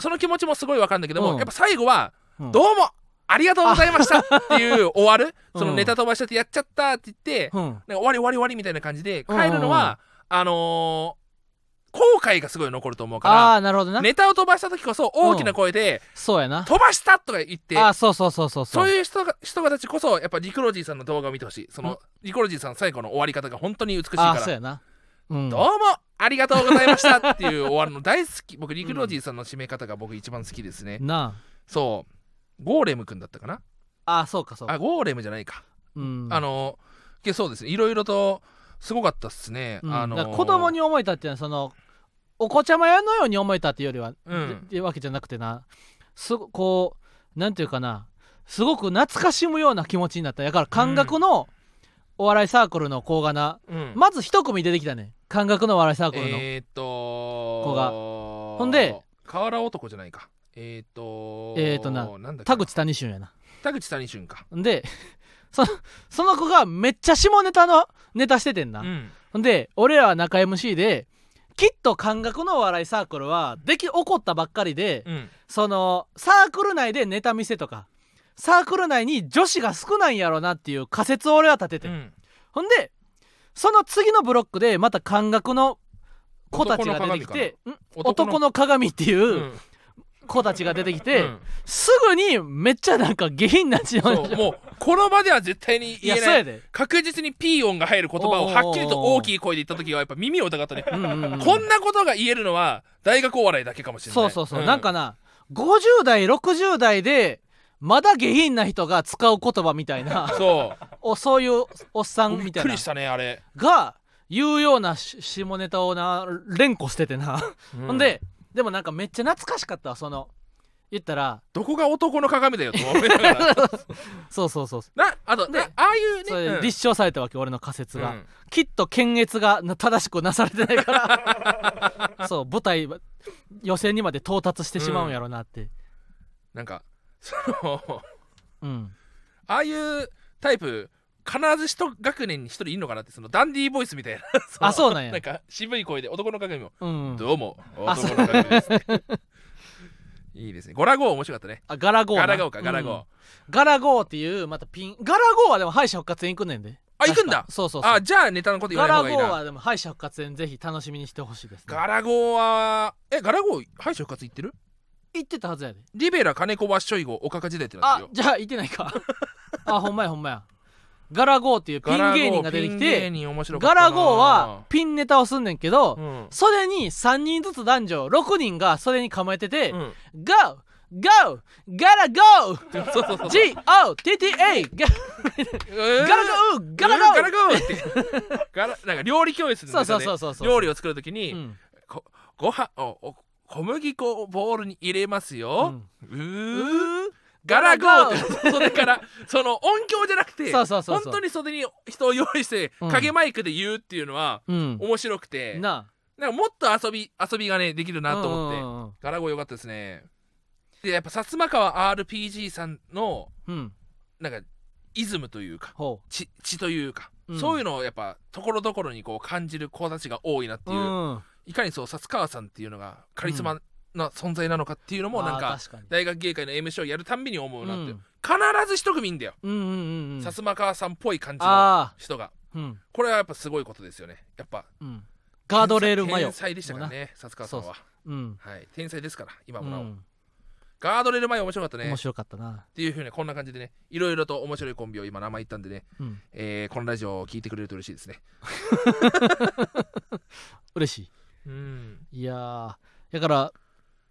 S2: その気持ちもすごいわかるんだけども、
S1: うん
S2: やっぱ最後は、
S1: うん
S2: どうもありがとうござい
S1: <laughs>
S2: ましたっていう終わる、
S1: うん
S2: そのネタ飛ばしちゃってやっちゃったって言って、
S1: うん
S2: ね終わり終わり終わりみたいな感じで帰るのは、あのー後悔がすごい残ると思う
S1: あ
S2: か
S1: あなるほどな、
S2: らネタを飛ばした時こそ大きな声で
S1: そうやな
S2: 「飛ばした!」とか言って
S1: ああそうそうそうそう
S2: そう
S1: う
S2: いう人が人たちこそやっぱリクロジーさんの動画を見てほしいそのリクロジーさんの最後の終わり方が本当に美しい
S1: あ
S2: か
S1: あそう
S2: ら
S1: やなうん
S2: どうもありがとうございましたっていう終わるの大好き僕リクロジーさんの締め方が僕一番好きですね
S1: な
S2: そうゴーレムくんだったかな
S1: あああそうかそうか
S2: あゴーレムじゃないか
S1: うん
S2: あのいやそうですねいろいろとすごかったっすね
S1: うん
S2: あの
S1: だから子供に思えたっていうのはそのお子ちゃまやのように思えたっていうよりは、
S2: うん
S1: でっていうわけじゃなくてなすごこうなんていうかなすごく懐かしむような気持ちになっただから感覚のお笑いサークルの子がな、
S2: うん
S1: まず一組出てきたねん感覚のお笑いサークルの、
S2: えーっと
S1: 子が
S2: ほ
S1: んで
S2: 瓦男じゃないかえーっと
S1: えーっとなん
S2: だっけ
S1: 田口谷俊やな
S2: 田口谷俊か
S1: んでそのその子がめっちゃ下ネタのネタしててんな、
S2: うん
S1: ほんで俺らは中 MC できっと感覚のお笑いサークルはでき起こったばっかりで、
S2: うん
S1: そのサークル内でネタ見せとかサークル内に女子が少ないんやろなっていう仮説を俺は立てて、
S2: うん
S1: ほんでその次のブロックでまた感覚の子たちが出てきてん男の鏡っていううん子たちが出てき
S2: う
S1: て、
S2: ん
S1: すぐにめっちゃなんか下品なし
S2: そう
S1: <laughs>
S2: もうこの場では絶対に
S1: いや
S2: 言え
S1: そう
S2: な
S1: や
S2: い
S1: で、
S2: 確実に P 音が入る言葉をはっきりと大きい声で言った時はやっぱ耳を疑ったね
S1: うんうんうん
S2: こんなことが言えるのは大学お笑いだけかもしれない
S1: そうそうそう、なんかな50代60代でまだ下品な人が使う言葉みたい
S2: <laughs>
S1: な
S2: そ
S1: おそういうおっさ
S2: うんび
S1: み
S2: った
S1: い
S2: く
S1: な
S2: りしたねあれ、
S1: が言うようなし下ネタをな連呼しててな、ほんででもなんかめっちゃ懐かしかったわその言ったら
S2: どこが男の鏡だよと思いながら
S1: <laughs> そうそうそう
S2: なあと
S1: で
S2: なああいうね
S1: それ
S2: う
S1: で
S2: ん
S1: 立証されたわけ、俺の仮説が、
S2: うん
S1: きっと検閲がな正しくなされてないから
S2: <laughs>
S1: そう舞台は予選にまで到達してしまうんやろなって
S2: なんかその
S1: うん、
S2: ああいうタイプ必ず一学年に一人いるのかなってそのダンディーボイスみたいな
S1: あそうなんや
S2: なんか渋い声で男の鏡を
S1: うん
S2: どうも、
S1: あ
S2: 男の鏡です。 <laughs> いいですね。ゴラゴー面白かったね。
S1: あガラゴーな
S2: ガラゴーか、ガラゴ
S1: う
S2: ー
S1: ん。ガラゴーっていうまたピンガラゴーはでも敗者復活戦行くねんで
S2: あ行くんだ
S1: 確かそうそうそう
S2: あ、じゃあネタのこと言
S1: ガ
S2: わない
S1: ラ
S2: 方
S1: ゴ
S2: が
S1: ー
S2: いい
S1: は
S2: な。
S1: でも敗者復活戦ぜひ楽しみにしてほしいです、ね、
S2: ガラゴーは、え、ガラゴー、敗者復活行ってる
S1: 行ってたはずやで
S2: リベラ、金子、ワッショイゴ、おかか時代ってな
S1: あ
S2: ってるよ。
S1: じゃあいてない
S2: <laughs>
S1: かあほんまやほんまやガラゴーっていうピ
S2: ガラ
S1: ン
S2: ゴー
S1: 芸人が出てき
S2: ピン芸
S1: て
S2: 人面白か
S1: ガ
S2: ったな
S1: ラゴーは、ピンネタをすんねんけど、
S2: うん。
S1: それに3人ずつ男女6人がそれに構えてて、
S2: うん
S1: ゴーゴーガラゴー
S2: そうそうそう。
S1: G-O-T-T-A ガ
S2: ガ
S1: ガラゴーガラゴー
S2: ガラゴーって。ガラ、なんか料理教室のネタで
S1: そうそうそうそうそう
S2: 料理を作るときに、
S1: うん
S2: こご飯おお小麦粉をボウルに入れますよ、うーガラゴーってそれからその音響じゃなくて
S1: そうそうそうそう
S2: 本当に袖に人を用意して、
S1: うん
S2: 影マイクで言うっていうのは
S1: うん
S2: 面白くてな
S1: なん
S2: かもっと遊び遊びがねできるなと思って、
S1: っ
S2: ガラゴー良かったですねでやっぱ薩摩川 RPG さんの
S1: てうんうん
S2: なんかイズムというか
S1: ほ
S2: 血血というか、
S1: うん
S2: そういうのをやっぱところどころにこう感じる子たちが多いなって
S1: う
S2: いう、
S1: ん
S2: いかにそう薩川さんっていうのがカリスマな存在なのかっていうのもなん
S1: あ
S2: か
S1: ー確かに
S2: 大学芸会の MC をやるたんびに思うなって、
S1: うん
S2: 必ず一組いんだよ
S1: うんうんうんうん
S2: 薩摩川さんっぽい感じの
S1: あ
S2: 人が
S1: あうん
S2: これはやっぱすごいことですよねやっぱ
S1: うんガードレールマヨ
S2: 天才でしたからね薩川さんは
S1: そうん
S2: はい天才ですから今
S1: う
S2: もなお、
S1: ん
S2: ガードレール前面白かったね
S1: 面
S2: っ
S1: 白かったな
S2: ていうふうにこんな感じでねいろいろと面白いコンビを今名前言ったんでね、
S1: うん
S2: えーこのラジオを聞いてくれると嬉しいですね
S1: 嬉しい
S2: うん
S1: いやーだから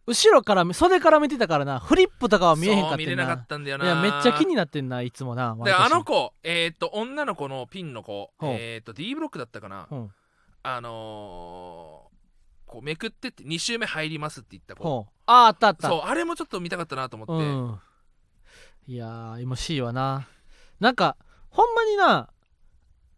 S1: 後ろから袖から見てたからなフリップとかは見えへんかっ
S2: そう見
S1: た
S2: れ
S1: ん
S2: なか
S1: な
S2: ったんだよ
S1: い
S2: な
S1: やめっちゃ気になってんないつもな
S2: で
S1: 毎年
S2: あの子えーっと女の子のピンの子
S1: ほう
S2: えーっと D ブロックだったかな
S1: ほ
S2: あのーこうめくってって2周目入りますって言った
S1: う
S2: 子
S1: ほうああったあった
S2: そうあれもちょっと見たかったなと思って、
S1: うんいやー MC はななんかほんまにな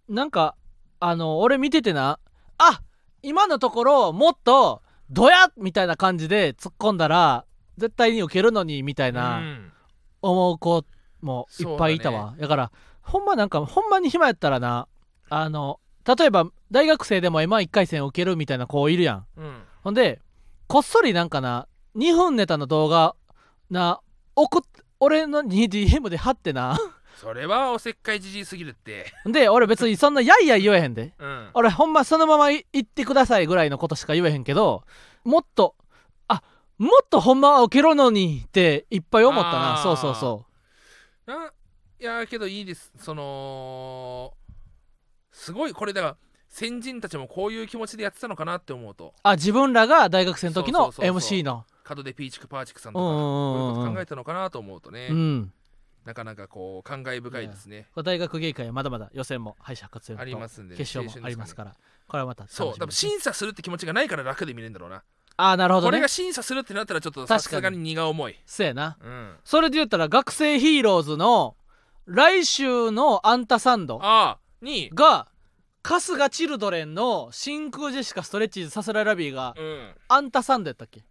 S1: なんかあの俺見ててなあ今のところもっとドヤッみたいな感じで突っ込んだら絶対に受けるのにみたいな、
S2: うん
S1: 思う子もいっぱいいたわだ,、からほんまなんかほんまに暇やったらなあの例えば大学生でも m 1 1回戦受けるみたいな子いるやん
S2: うん
S1: ほんでこっそりなんかな2分ネタの動画な送っ俺のに <laughs> DM で貼ってな
S2: それはおせっかいじじいすぎる
S1: <laughs>
S2: って
S1: で俺別にそんなやいやい言えへんで
S2: うん
S1: 俺ほんまそのままい行ってくださいぐらいのことしか言えへんけどもっとあもっとほんまは受けろのにっていっぱい思った
S2: あ
S1: な
S2: ー
S1: そうそうそ
S2: ないやーけどいいですそのすごいこれだから先人たちもこういう気持ちでやってたのかなって思うと
S1: うあ自分らが大学生の時
S2: そ
S1: の
S2: うそうそうそう
S1: MC の
S2: 門出ピーチクパーチクさんと
S1: う
S2: か
S1: んうん
S2: こういう
S1: うんう
S2: こと考
S1: ん
S2: えたのかなと思うとね、
S1: うん
S2: なかなかこう感慨深いですね
S1: これ大学芸会はまだまだ予選も敗者復活戦と
S2: ありますんでね、
S1: 決勝もありますかららこれはまた楽しみ
S2: そう多
S1: で
S2: 分
S1: すね
S2: 審査するって気持ちがないから楽で見れるんだろうな、
S1: ああなるほ
S2: こ
S1: ど
S2: れ
S1: ね
S2: が審査するってなったらちょっとさすがに荷が重い
S1: そうやな
S2: うん
S1: それで言ったら学生ヒーローズの来週のアンタサンド
S2: ああに
S1: が春日チルドレンの真空ジェシカストレッチーズサスライラビーが
S2: うん
S1: アンタサンドやったっけ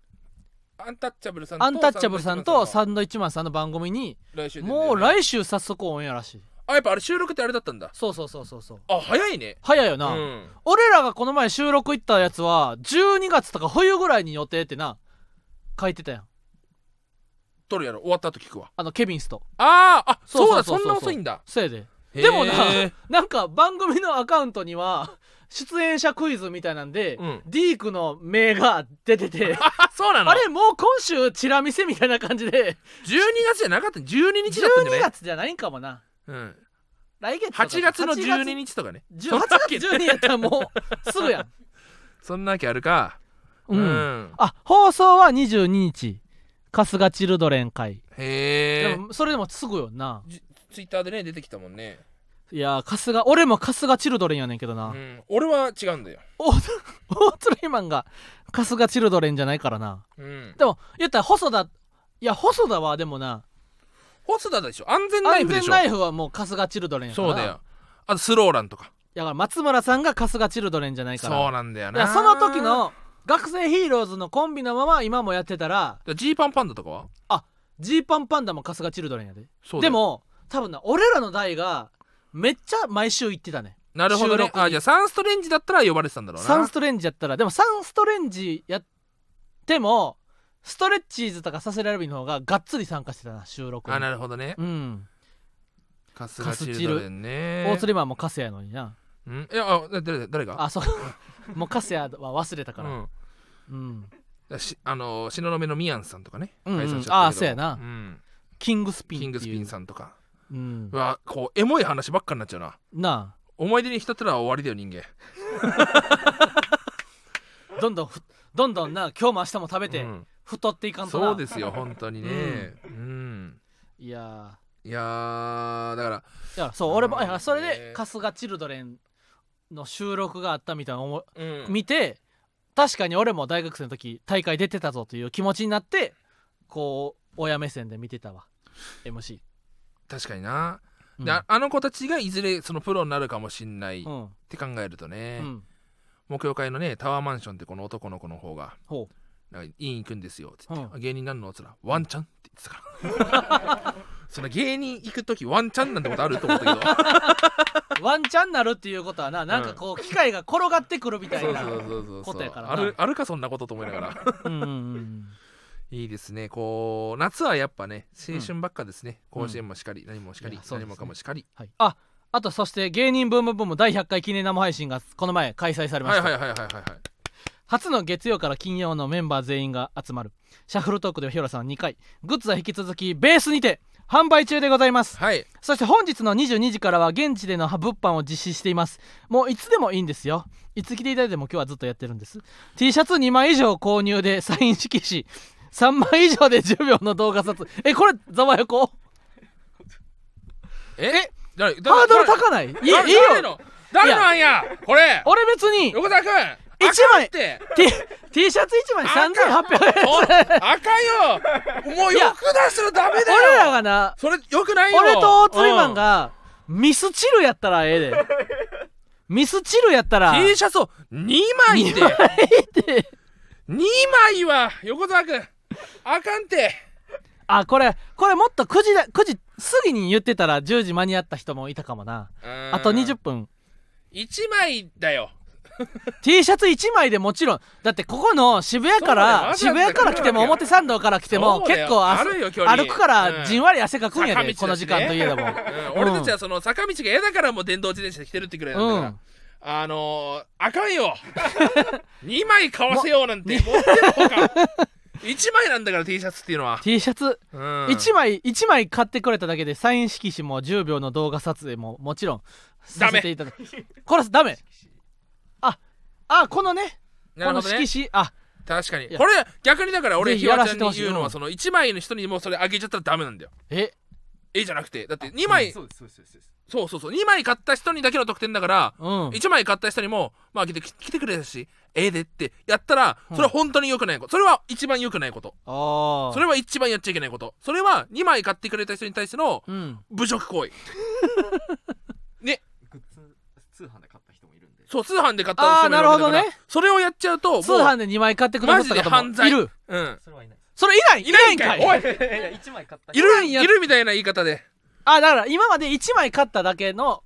S2: アンタッチャブルさんと
S1: アンタッチャブルさんと
S2: サ
S1: サ
S2: ン
S1: ンドイッチマンさんの番組に
S2: ドイッチマンさんの
S1: もう
S2: 来
S1: 来週
S2: 週出てるね
S1: 早速オンエアらしい
S2: あやっぱあれ収録ってあれだったんだ
S1: そうそうそうそうそう
S2: あ早いね
S1: 早いよ
S2: う
S1: な、
S2: ん
S1: 俺らがこの前収録行ったやつは12月とか冬ぐらいに予定ってな書いてたやん
S2: 撮るやろ終わった後聞くわ
S1: あのケビンスと
S2: あーあ
S1: そう
S2: そう
S1: そう
S2: だ
S1: そうそう
S2: そんな遅いんだ
S1: せいで
S2: へー
S1: でもな <laughs> なんか番組のアカウントには出演者クイズみたいなんで、
S2: うん
S1: ディークの名が出てて
S2: <laughs> あそうなの
S1: あれもう今週チラ見せみたいな感じで
S2: 12月じゃなかった12日だったんじ
S1: 12
S2: ゃない
S1: 月じゃないんかもな
S2: うん
S1: 来月とか
S2: 8月の12
S1: 8
S2: 日とかね
S1: 月18月12やったらもうすぐやん、
S2: そんなわけあるか
S1: うん
S2: <laughs> うん
S1: あ放送は22日春日チルドレン会、
S2: へ
S1: で
S2: え
S1: もそれでもすぐよな
S2: ツイッターでね出てきたもんね
S1: いやー春日俺も春日チルドレンやねんけどな、
S2: うん俺は違うんだよ
S1: オ <laughs> ーツオーツレイマンが春日チルドレンじゃないからな
S2: うん
S1: でも言ったら細田いや細田はでもな
S2: 細田でしょ安全ナイ
S1: 安
S2: フで
S1: 全
S2: しょ
S1: ナイフはもう春日チルドレンやから
S2: そうだよあとスローランとか
S1: だから松村さんが春日チルドレンじゃない
S2: そ
S1: から
S2: うなんだよ
S1: だか
S2: な
S1: らその時の学生ヒーローズのコンビのまま今もやってたら
S2: だジーパンパンダとかは
S1: ジーパンパンダも春日チルドレンやで
S2: そうだ
S1: で
S2: よ
S1: も多分な俺らの代がめっちゃ毎週行ってたね
S2: なるほど
S1: 収
S2: ね
S1: 録に
S2: あじゃあサンストレンジだったら呼ばれてたんだろうな
S1: サンストレンジやったらでもサンストレンジやってもストレッチーズとかサスライラビーの方ががっつり参加してたな収録に
S2: あなるほどね
S1: うん
S2: カス
S1: カ
S2: ガ
S1: ス
S2: チ
S1: チル
S2: ルドレンね
S1: 大釣りマンもカスヤやのになん
S2: いやあだ誰誰が
S1: あそう <laughs> もうカスヤは忘れたから
S2: うん
S1: うん
S2: だしあのー東雲のミヤンさんとかね
S1: うんうん
S2: 解散しちゃったけど
S1: あーそうやなんキングスピン
S2: キングスピン
S1: ん
S2: さんとか
S1: うん
S2: うわこうエモい話ばっかになっちゃうな
S1: な
S2: 思い出に浸ったら終わりだよ人間
S1: あどんどんふどんどんな今日も明日も食べて
S2: うん
S1: 太っていかんとな
S2: そうですよ本当にねうん
S1: いや
S2: いやーだから
S1: ーいやそう俺も
S2: うん
S1: いやそれで
S2: ね
S1: 春日チルドレンの収録があったみたいなのを
S2: うん
S1: 見て確かに俺も大学生の時大会出てたぞという気持ちになってこう親目線で見てたわ MC
S2: 確かにな
S1: うん
S2: でああの子たちがいずれそのプロになるかもしんないっ
S1: うん
S2: て考えると
S1: う
S2: ね
S1: ん
S2: 目標会のねタワーマンションってこの男の子の方が
S1: ほう
S2: なんか院行くんですよって言って、
S1: う
S2: 芸人になるのっつったらワンチャンって言ってたから <laughs> その芸人行く時ワンチャンなんてことあると思ったけど
S1: ワンチャンなるっていうことはななんかこう機械が転がってくるみたいな
S2: そうそうそうそうそう
S1: ことやからな
S2: あるあるかそんなことと思いながら
S1: うんうんうん
S2: いいですねこう夏はやっぱね青春ばっかですね、甲子園もしかり何もしかり、
S1: いやそうですね
S2: 何もかもしかり
S1: はい、ああとそして芸人ブームブーム第100回記念生配信がこの前開催されまし
S2: は
S1: た、
S2: いはいはいはいはいはい
S1: 初の月曜から金曜のメンバー全員が集まるシャッフルトークではヒョラさんは2回グッズは引き続きベースにて販売中でございます
S2: はい
S1: そして本日の22時からは現地での物販を実施していますもういつでもいいんですよいつ来ていただいても今日はずっとやってるんです T シャツ2枚以上購入でサイン色紙3枚以上で10秒の動画撮影えこれざわよこ
S2: え誰誰
S1: ハードル
S2: 誰
S1: 高ないいいいい
S2: 誰誰
S1: よ
S2: の誰の案やこれ
S1: 俺別に
S2: 横澤君
S1: 一
S2: あかん
S1: 枚
S2: って
S1: T, T シャツ1枚3800円
S2: おあかんよも
S1: <laughs>
S2: う
S1: いや
S2: よく出したらダメだよ
S1: 俺らがな
S2: それよくないよ
S1: 俺と大釣りマンがミスチルやったらええ
S2: <laughs>
S1: でミスチルやったら
S2: うん T シャツを2枚って
S1: で
S2: 2枚は横澤君あかんて
S1: あこれこれもっと9時だ9時過ぎに言ってたら10時間に合った人もいたかもなあ
S2: あ
S1: と20分
S2: 1枚だよ
S1: T シャツ1枚でもちろんだってここの渋谷か
S2: そうだ
S1: ら
S2: よわざわざ
S1: 渋谷から来ても
S2: 来るわけ
S1: 表参道から来ても
S2: そうだ
S1: 結
S2: よ
S1: 構あ
S2: あるよ距離
S1: 歩くからじんわり汗かくんや
S2: 坂道
S1: で
S2: だしね
S1: この時間といえども
S2: うん俺たちはその坂道が嫌だからもう電動自転車で来てるってくらいなんだ
S1: う
S2: から、
S1: ん
S2: あのー、あか
S1: <laughs>
S2: んよ2枚買わせようなんて持ってるほか1枚なんだから T シャツっていうのは、
S1: T シャツ
S2: うん、
S1: 1枚1枚買ってくれただけでサイン色紙も10秒の動画撮影ももちろんさせていただくこれダメああこのね
S2: な
S1: こ
S2: る
S1: の
S2: ほどね
S1: 色紙あ
S2: 確かに
S1: いや
S2: これ逆にだから俺
S1: ぜひ
S2: ひ
S1: や
S2: わ
S1: ら
S2: ちゃ
S1: せ
S2: ん
S1: てほ
S2: に
S1: しい
S2: 言うの
S1: う
S2: は
S1: ん
S2: その1枚の人にもうそれあげちゃったらダメなんだよ
S1: え
S2: えじゃなくてだって2枚
S3: そうですそうですそうです
S2: そうそうそう2枚買った人にだけの特典だから
S1: うん
S2: 1枚買った人にも「まあ来て来てくれたしええで」ってやったらそれは本当に良くないことそれは一番良くないこと
S1: ああ
S2: それは一番やっちゃいけないことそれは2枚買ってくれた人に対しての
S1: うん
S2: 侮辱行為
S3: グッズ通販で買った人もいるんで
S2: そう通販で買った人もい
S1: あー
S2: わけだ
S1: な
S2: から
S1: るほどね
S2: それをやっちゃうともう
S1: 通販で2枚買ってくださった方
S2: マジで
S1: も
S2: 犯罪
S1: いる
S2: うん
S3: それはいないです
S1: それいない
S2: いないんかいおい
S3: いやいや一枚買った
S2: い
S3: 人
S2: るいるみたいな言い方で
S1: あだから今まで1枚買っただけの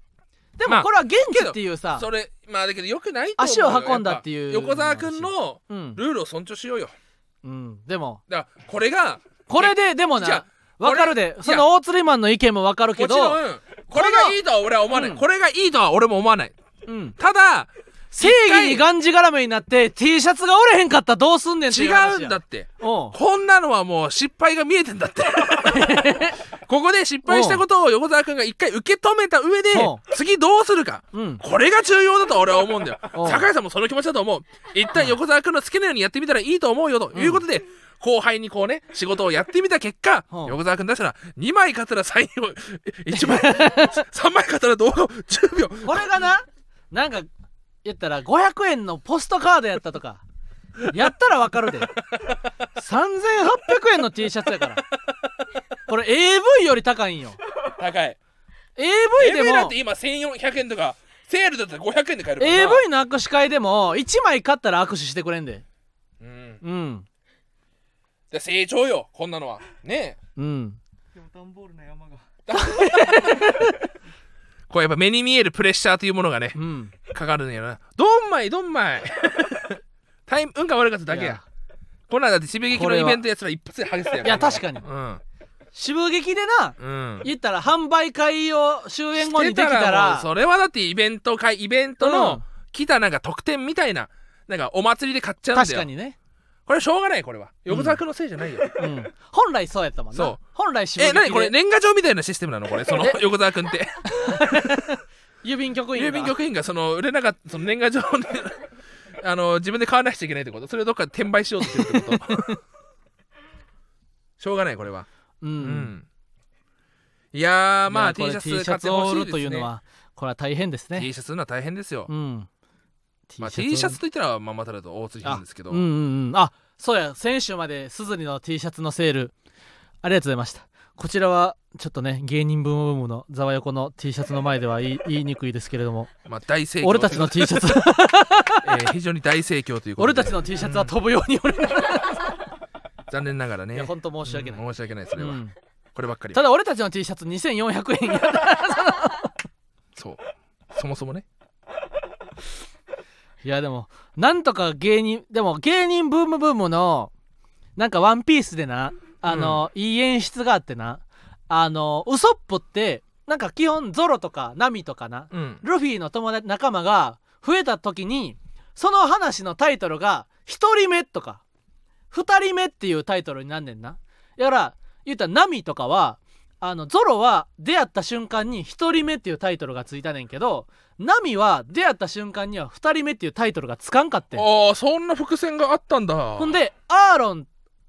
S1: で
S2: まあ
S1: もこれは現地っていうさ、
S2: それまあだけどよくないと思うよ
S1: 足を運んだっていう
S2: やっぱ横澤君の
S1: うん、
S2: ルールを尊重しようよ
S1: うん、でも
S2: だからこれが
S1: これででも
S2: じゃ
S1: なわかるで
S2: 俺
S1: その大釣りマンの意見もわかるけ
S2: もち
S1: ど
S2: ろんこれがいいとは俺は思わない、
S1: うん
S2: これがいいとは俺も思わない
S1: うん、
S2: ただ
S1: 正義にがんじがらめになって T シャツが折れへんかったらどうすんねんって
S2: 違
S1: いう話や
S2: うんだって
S1: おう
S2: こんなのはもう失敗が見えて
S1: <laughs>
S2: んだってここで失敗したことを横澤君が一回受け止めた上で
S1: おう
S2: 次どうするか
S1: うん
S2: これが重要だと俺は思うんだよ
S1: おう
S2: 酒井さんもその気持ちだと思う一旦横澤君の好きなようにやってみたらいいと思うよということで、後輩にこうね仕事をやってみた結果
S1: おう
S2: 横澤君出したら2枚買ったらサインを1枚3 <laughs> 枚買ったら動画を10秒
S1: これがななんか言ったら500円のポストカードやったとかやったらわかるで3800円の T シャツやからこれ AV より高いんよ
S2: 高い
S1: AV で
S2: AV だっ
S1: も
S2: て今1400円とかセールだったら500円で買えるからな
S1: AV の握手会でも1枚買ったら握手してくれんで
S2: うん
S1: うん
S2: で成長よこんなのはねえ
S1: うん
S3: でも段ボールの山が
S2: こうやっぱ目に見えるプレッシャーというものがね
S1: うん
S2: かかるんやろなどんまいどん <laughs> まいタイム運が悪かっただけや
S1: いや
S2: こんなんだってしびげき
S1: こ
S2: の
S1: れ
S2: イ
S1: は
S2: ベントでやつら一発で激しさや
S1: いや確かに
S2: うん
S1: 渋劇でな
S2: うん
S1: 言ったら販売会を終演後にでき
S2: して
S1: た
S2: もう
S1: ら
S2: それはだってイベント会イベント
S1: う
S2: の
S1: ん
S2: 来たなんか特典みたいななんかお祭りで買っちゃうんだよ
S1: 確かにね、
S2: これしょうがないこれは横澤君のせいじゃないよ、
S1: うん、本来そうやったもん
S2: そ
S1: な
S2: う
S1: 本来渋
S2: <laughs> え
S1: 劇で
S2: 何これ年賀状みたいなシステムなのこれその横澤君って
S1: 郵便局員が
S2: 郵便局員がその売れなかったその年賀状で <laughs> あの自分で買わなくちゃいけないってことそれをどっかで転売しようとしてるってこと
S1: <laughs>
S2: しょうがないこれは
S1: うん、
S2: うん、いやーまあ
S1: い
S2: T
S1: や
S2: シ
S1: これ
S2: ャツ買ってほしいです、
S1: T シャツを
S2: ね、
S1: 売るというのはこれは大変ですね
S2: T シャツのは大変ですよ、
S1: うん
S2: まあ、T シャツ
S1: を
S2: といったらまあまただと大釣りなんですけど、
S1: うんうんうんあそうや先週まで鈴の T シャツのセールありがとうございましたこちらはちょっとね芸人ブームブームのざわよこの T シャツの前では言い <laughs> 言いにくいですけれども
S2: まあ大盛況
S1: 俺たちの T シ
S2: <laughs>
S1: ャツ
S2: えー非常に大盛況ということ
S1: 俺
S2: で
S1: たちの T シャツは飛ぶように売れない
S2: 残念ながら
S1: い
S2: ね
S1: や本当申し訳ない、
S2: うん申し訳ないそれは、
S1: うん
S2: こればっかりは
S1: ただ俺たちの T シャツ2400円やった
S2: そうそもそもね
S1: いやでもなんとか芸人でも芸人ブームブームのなんかワンピースでなあの、いい演出があってなあのウソップってなんか基本ゾロとかナミとかな
S2: うん
S1: ルフィの友達仲間が増えた時にその話のタイトルが「一人目」とか「二人目」っていうタイトルになんねんな。だから言ったらナミとかはあのゾロは出会った瞬間に「一人目」っていうタイトルがついたねんけどナミは出会った瞬間には「二人目」っていうタイトルがつかんかってん
S2: ああそんな伏線があったんだ
S1: ほんでアーロン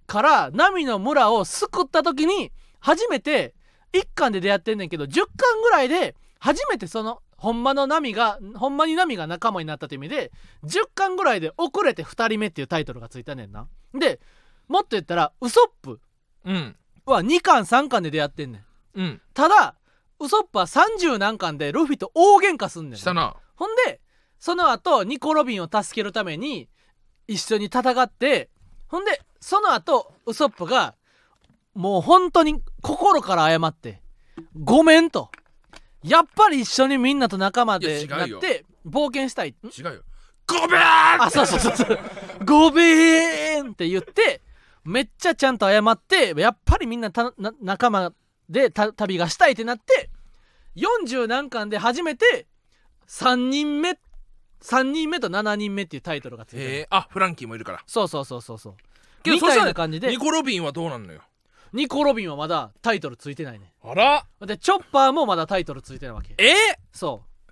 S1: からナミの村を救った時に初めて1巻で出会ってんねんけど10巻ぐらいで初めてそのほんまのナミがほんまにナミが仲間になったという意味で10巻ぐらいで遅れて2人目っていうタイトルがついたねんな。でもっと言ったらウソップ
S2: うん
S1: は2巻3巻で出会ってんねん。
S2: うん
S1: ただウソップは30何巻でルフィと大喧嘩すんねんな。
S2: したな
S1: ほんでその後ニコ・ロビンを助けるために一緒に戦ってほんでその後ウソップがもう本当に心から謝って「ごめん」と「やっぱり一緒にみんなと仲間
S2: いや
S1: で
S2: 違う
S1: なっ
S2: よ
S1: て冒険したい」ん
S2: 違うよごめん
S1: あそうそうそうそう「ごめん!」って言ってめっちゃちゃんと謝ってやっぱりみんなたな仲間でた旅がしたいってなって40何巻で初めて3人目3人目と7人目っていうタイトルがついてる、
S2: えー、あフランキーもいるから
S1: そうそうそうそうそう
S2: けど
S1: みたい
S2: そした
S1: な
S2: ら
S1: 感じで
S2: ニコ・ロビンはどうなんのよ
S1: ニコ・ロビンはまだタイトルついてないね
S2: あら
S1: でチョッパーもまだタイトルついてないわけ
S2: えー、
S1: そうっ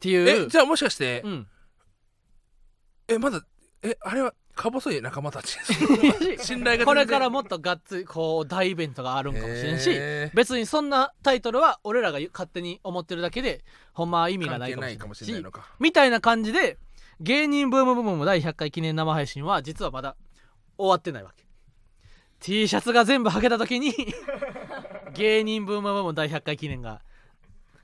S1: ていう
S2: えじゃあもしかして、 <laughs>
S1: うん
S2: えまだえあれはか細い仲間たち <laughs> 信頼が全然
S1: これからもっとがっつりこう大イベントがあるんかもしれんし、
S2: えー
S1: 別にそんなタイトルは俺らが勝手に思ってるだけでほんまは意味が
S2: 関
S1: ない
S2: 係
S1: かもしれないし
S2: ないかもしれないのか、
S1: みたいな感じで芸人ブームブームも第100回記念生配信は実はまだ終わってないわけ T シャツが全部はけた時に芸人ブームブーム第100回記念が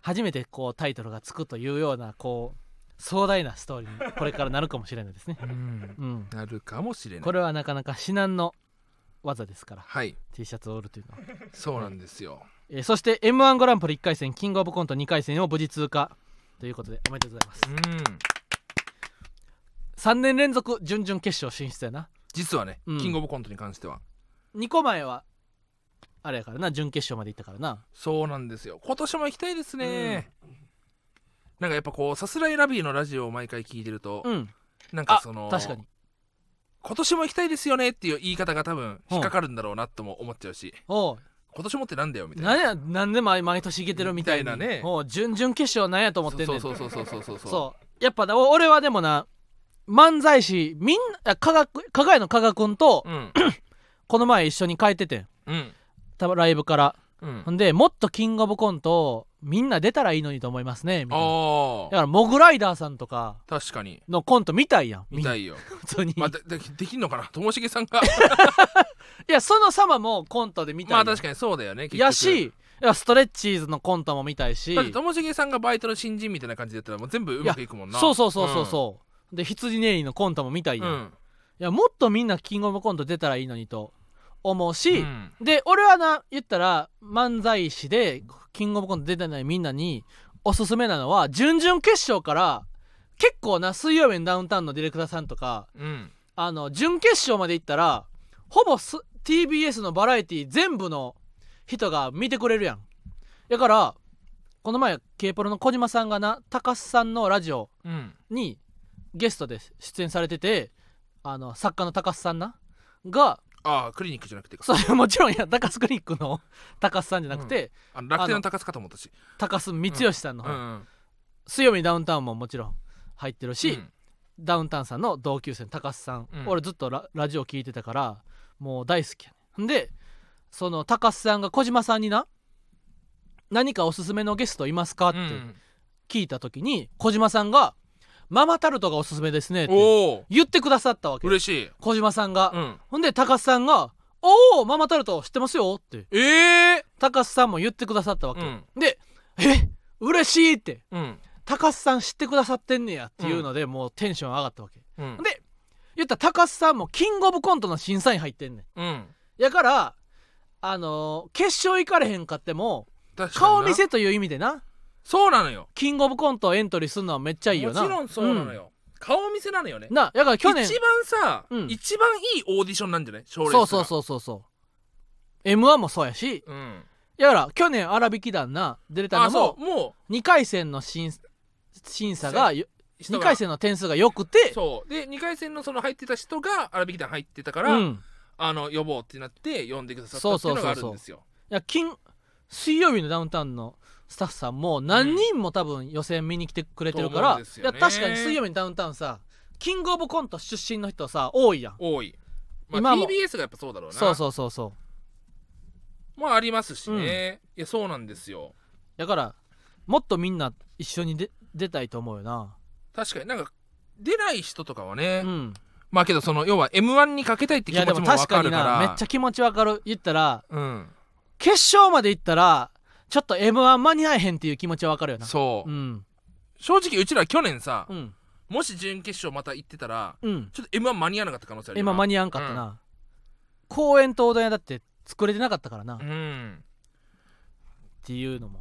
S1: 初めてこうタイトルがつくというようなこう壮大なストーリーにこれからなるかもしれないですね
S2: うん
S1: うん、
S2: なるかもしれない
S1: これはなかなか至難の技ですから
S2: はい
S1: T シャツを売るというのは
S2: そうなんですよ、
S1: えーそして m 1グランプリ1回戦キングオブコント2回戦を無事通過ということでおめでとうございます
S2: うん
S1: 3年連続準々決勝進出やな
S2: 実はね、
S1: うん
S2: キングオブコントに関しては
S1: 2個前はあれやからな準決勝まで行ったからな
S2: そうなんですよ今年も行きたいですね、なんかやっぱこうさすらいラビーのラジオを毎回聞いてると、
S1: うん
S2: なん
S1: あ
S2: かその
S1: 確かに
S2: 今年も行きたいですよねっていう言い方が多分引っかかるんだろうなとも思っちゃうし、
S1: おう
S2: 今年もってなんだよみたいな
S1: 何や何で毎毎年いけてるみたいな
S2: みたいなね
S1: おう準々決勝なんやと思ってんねん
S2: そうそうそうそうそうそう
S1: そうやっぱなお俺はでもな漫才師みんな加賀く加賀屋の加賀君と
S2: うん
S1: この前一緒に帰っててん
S2: うん
S1: 多分ライブから
S2: うん
S1: ほんでもっとキングオブコントみんな出たらいいのにと思いますねみたいな
S2: あ
S1: だ
S2: あ
S1: からモグライダーさんとか
S2: 確かに
S1: のコント見たいやん
S2: 見た
S1: い
S2: いよ
S1: 普通に、
S2: まあででできんのかなともしげさんが
S1: <laughs> いやその様もコント <laughs> で見たい
S2: ま
S1: や
S2: あ
S1: ん
S2: 確かにそうだよね結局
S1: やしいやストレッチーズのコントも見たいし
S2: だってともしげさんがバイトの新人みたいな感じでやったらもう全部うまくいくもんな
S1: そうそうそうそうそう、で羊ネイリのコントも見たい
S2: うん
S1: やん、い
S2: ん
S1: やもっとみんなキングオブコント出たらいいのにと思う
S2: う
S1: し、
S2: ん
S1: で俺はな言ったら漫才師でキングオブコント出てないみんなにおすすめなのは準々決勝から結構な水曜日のダウンタウンのディレクターさんとか
S2: うん
S1: あの準決勝まで行ったらほぼす TBS のバラエティ全部の人が見てくれるやんだからこの前 k p o の小島さんがな高須さんのラジオ
S2: うん
S1: にゲストで出演されててあの作家の高須さんなが
S2: ああクリニックじゃなくてか
S1: それもちろんや高須クリニックの <laughs> 高須さんじゃなくて、
S2: あの楽天の高須かと思ったし
S1: 高須光義さんの方、
S2: うん
S1: 水曜日にダウンタウンももちろん入ってるし、
S2: うん
S1: ダウンタウンさんの同級生の高須さん、
S2: うん
S1: 俺ずっとララジオ聞いてたからもう大好きやねんでその高須さんが小島さんにな何かおすすめのゲストいますかって
S2: うん
S1: 聞いた時に小島さんが「ママタルトがおすすめですね」って
S2: おお
S1: 言ってくださったわけ
S2: 嬉しい
S1: 小島さんが、
S2: うん
S1: ほんで高須さんが「おおママタルト知ってますよ」って
S2: ええ
S1: 高須さんも言ってくださったわ
S2: う
S1: け、
S2: ん
S1: で「え嬉しい!」って
S2: うん
S1: 高須さん知ってくださってんねやっていうので、もうテンション上がったわけ
S2: うん
S1: で言ったら高須さんもキングオブコントの審査員入ってんね
S2: うん
S1: んやからあのー決勝行かれへんかっても
S2: 確かにな
S1: 顔見せという意味でな
S2: そうなのよ
S1: キングオブコントエントリーするのはめっちゃいいよな
S2: もちろんそうなの、よ、顔見せなのよね
S1: うんなやから去年
S2: 一番さ、
S1: うん
S2: 一番いいオーディションなんじゃない賞レース
S1: そう
S2: が
S1: そうそうそうそう m 1もそうやし
S2: う、ん、
S1: やから去年荒引き団な出れた
S2: あ
S1: の
S2: そ
S1: も
S2: うも
S1: 2回戦の審審査が2
S2: う人が
S1: 回戦の点数が良くて
S2: そうで2回戦のその入ってた人が荒引き団入ってたから、
S1: うん、
S2: あの呼ぼうってなって呼んでくださったっていうのがあるんですよ
S1: いや金水曜日のダウンタウンのスタッフさんも何人も多分予選見に来てくれてるから、
S2: と思うん
S1: い
S2: ですよ
S1: や
S2: ね
S1: 確かに水曜日のダウンタウンさキングオブコント出身の人さ多いやん
S2: 多い、まあ、
S1: 今も
S2: TBS がやっぱそうだろうな
S1: そうそうそうそう
S2: まあありますしね、いやそうなんですよ
S1: だからもっとみんな一緒にで出たいと思うよな
S2: 確かになんか出ない人とかはね、
S1: うん
S2: まあけどその要は m 1にかけたいって
S1: い
S2: 気持
S1: やで
S2: ち
S1: も
S2: も
S1: 確
S2: 分
S1: か
S2: か
S1: に
S2: るから
S1: なめっちゃ気持ちわかる言ったら
S2: うん
S1: 決勝まで行ったらちょっと m 1間に合えへんっていう気持ちはわかるよな
S2: そう、
S1: うん
S2: 正直うちら去年さ、
S1: うん
S2: もし準決勝また行ってたら
S1: うん
S2: ちょっと M1 間に合わなかった可能性あるよ
S1: 今間に合わんかったな、公園とおどん屋だって作れてなかったからな、
S2: うん
S1: っていうのも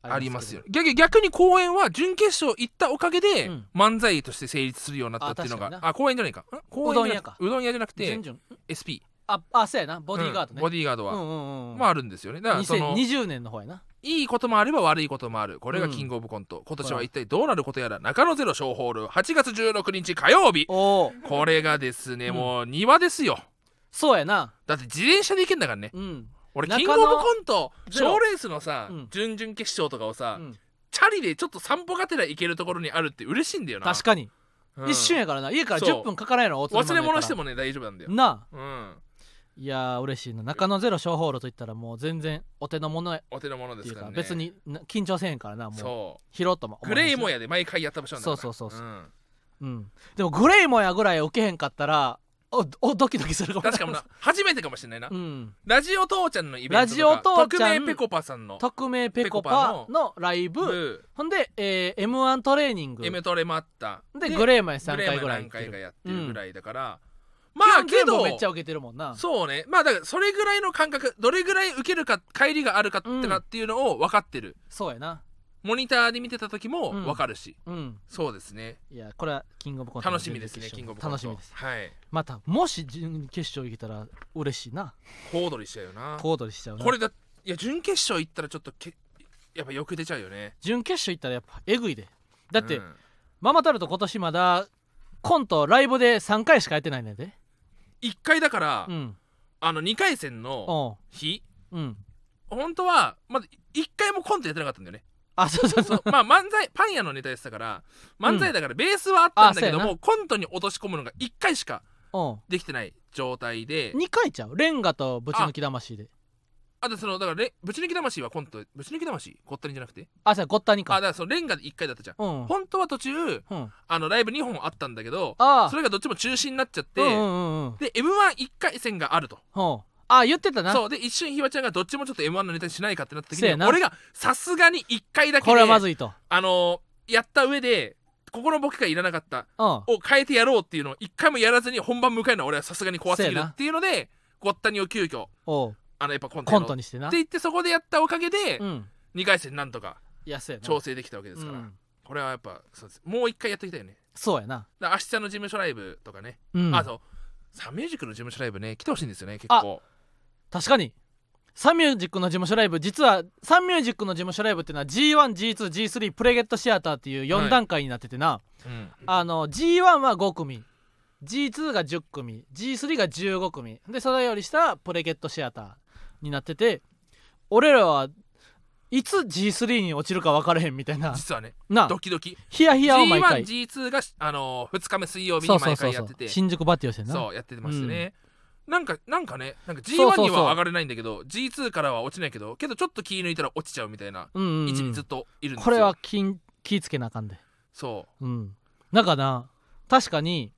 S2: ありますよ逆逆に公演は準決勝行ったおかげで
S1: うん
S2: 漫才として成立するようになったっていうの
S1: あ確
S2: が
S1: かに
S2: あ公演じゃないかん公演じゃないう
S1: どん屋か
S2: うどん屋じゃなく
S1: け
S2: て
S1: ど準々
S2: SP
S1: ああそうやなボディーガード
S2: う
S1: ね
S2: んボディーガード
S1: うん
S2: は
S1: うんうん
S2: まああるんですよねだからその
S1: 2020年の方やない
S2: いこともあれば悪いこともあるこれがキングオブコント今年は一体どうなることやら中野ゼロ小ホール8月16日火曜日
S1: お <laughs> お
S2: これがですね
S1: うん
S2: もう庭ですよ
S1: そうやな
S2: だって自転車で行けんだからね
S1: うん
S2: 俺
S1: 中
S2: キン
S1: 野
S2: グオブコント
S1: ゼロ
S2: 賞レースのさ
S1: うん
S2: 準々決勝とかを
S1: う
S2: さ
S1: ん
S2: チャリでちょっと散歩がてら行けるところにあるって嬉しいんだよな
S1: 確かに
S2: うん
S1: 一瞬やからな家から
S2: そう
S1: 10分かからんやろ大津の
S2: 忘れ物して
S1: も
S2: もね大丈夫なんだよ
S1: なあ
S2: うん
S1: いやー嬉しいな中野ゼロ小ホールといったらもう全然お手の物やっ
S2: お手の物で
S1: てい
S2: す
S1: う
S2: から
S1: か
S2: ね
S1: 別にな緊張せえへんからなもう
S2: そ
S1: 拾うとも
S2: う
S1: 思
S2: グ
S1: うし
S2: レイモヤで毎回やった場所なんだから
S1: そうそうそうそ
S2: ん
S1: うんでもグレイモヤぐらい受けへんかったらおおドキドキするかも
S2: 確か
S1: <laughs>
S2: もな初めてかもしれないな
S1: うん
S2: ラジオ父ちゃんのイベン
S1: ラ
S2: トとか
S1: ジオ父ちゃん
S2: 匿名ぺこぱさんの
S1: 匿名ペコパのライブ
S2: ブ
S1: ほんで、えー、M1 トレーニング
S2: ーエメトレもあった
S1: でグレーマイ3
S2: グレイ
S1: 回
S2: も
S1: ぐらい行
S2: 何
S1: って
S2: 回か
S1: る
S2: やってるぐらいだから
S1: ま
S2: まあけど
S1: めっちゃ受けてるもんな
S2: そうねまあだからそれぐらいの感覚どれぐらい受けるか帰りがあるかってかっていうのを分かってる
S1: そうやな
S2: モニターで見てた時も
S1: うん
S2: 分かるし
S1: うん
S2: そうですね
S1: いやこれはキングオブコントの
S2: 楽しみですね
S1: 準々決勝
S2: キングオブコント
S1: 楽しみです
S2: はい
S1: またもし準決勝行けたら嬉しいな
S2: 小躍りしちゃうよな
S1: 小躍りしちゃうな
S2: これだいや準決勝行ったらちょっとけやっぱ欲出ちゃうよね
S1: 準決勝行ったらやっぱえぐいでだって、
S2: うん
S1: ママタルト今年まだコントライブで3回しかやってないねんで
S2: 一回だから、
S1: うん
S2: あの2回戦の
S1: おう
S2: 日
S1: うん
S2: 本当はまだ一回もコントやってなかったんだよね
S1: あそうそうそ
S2: そううまあ漫才パン屋のネタやってたから漫才だからベースはあったんだけど
S1: あそう
S2: も、コントに落とし込むのが一回しか
S1: おう
S2: できてない状態で
S1: 2回ちゃうレンガとぶち抜き魂で
S2: あとそのだからレぶち抜き魂はコントぶち抜き魂ごったにじゃなくて
S1: あそうやごったに
S2: あだ
S1: か
S2: からそのレンガで一回だったじゃん
S1: うん
S2: 本当は途中
S1: うん
S2: あのライブ2本あったんだけど
S1: ああ
S2: それがどっちも中止になっちゃって、
S1: うんうんうんうん
S2: で m 1 1回戦があると
S1: ほうあ言ってたな
S2: そうで一瞬ひわちゃんがどっちもちょっと m 1のネタにしないかってなった時
S1: せや
S2: に
S1: な
S2: 俺がさすがに1回だけ
S1: これ
S2: で
S1: はまずいと
S2: あのーやった上でここの僕がいらなかった
S1: うん
S2: を変えてやろうっていうのを1回もやらずに本番迎えるのは俺はさすがに怖すぎ
S1: せ
S2: る
S1: やな
S2: っていうのでごったにを急遽
S1: おう
S2: あのやっぱコント
S1: コ
S2: やろ
S1: ン
S2: う
S1: トにしてな
S2: って言ってそこでやったおかげで
S1: うん
S2: 2回戦なんとか
S1: いやそうやな
S2: 調整できたわけですから、
S1: うん
S2: これはやっぱそうですもう1回やってきたいよね
S1: そうやな
S2: だから明日の事務所ライブとかね、
S1: うん
S2: あとサンミュージックの事務所ライブね来てほしいんですよね結構
S1: 確かにサンミュージックの事務所ライブ実はサンミュージックの事務所ライブっていうのは G1G2G3 プレゲットシアターっていう
S2: は
S1: 4
S2: い
S1: 段階になっててな、
S2: うん
S1: あの G1 は5組 G2 が10組 G3 が15組でそれより下プレゲットシアターになってて俺らはいつ G3 に落ちるか分からへんみたいな
S2: 実はね
S1: な
S2: ドキドキ
S1: ヒヤヒヤを毎回
S2: G1G2 が、あのー、2日目水曜日
S1: そ
S2: に
S1: うそう
S2: 毎
S1: そう
S2: 回や
S1: そ
S2: ってて
S1: う
S2: そう
S1: 新宿バティオしてんな
S2: やってましたね、なんかなんかねなんか
S1: そうそうそ
S2: G1
S1: う
S2: には上がれないんだけど G2 からは落ちないけどけどちょっと気抜いたら落ちちゃうみたいな
S1: うんうんうん
S2: 位置にずっといるんですよ、
S1: これは気ん気ぃつけなあかんで
S2: そ
S1: うんなんかな確かに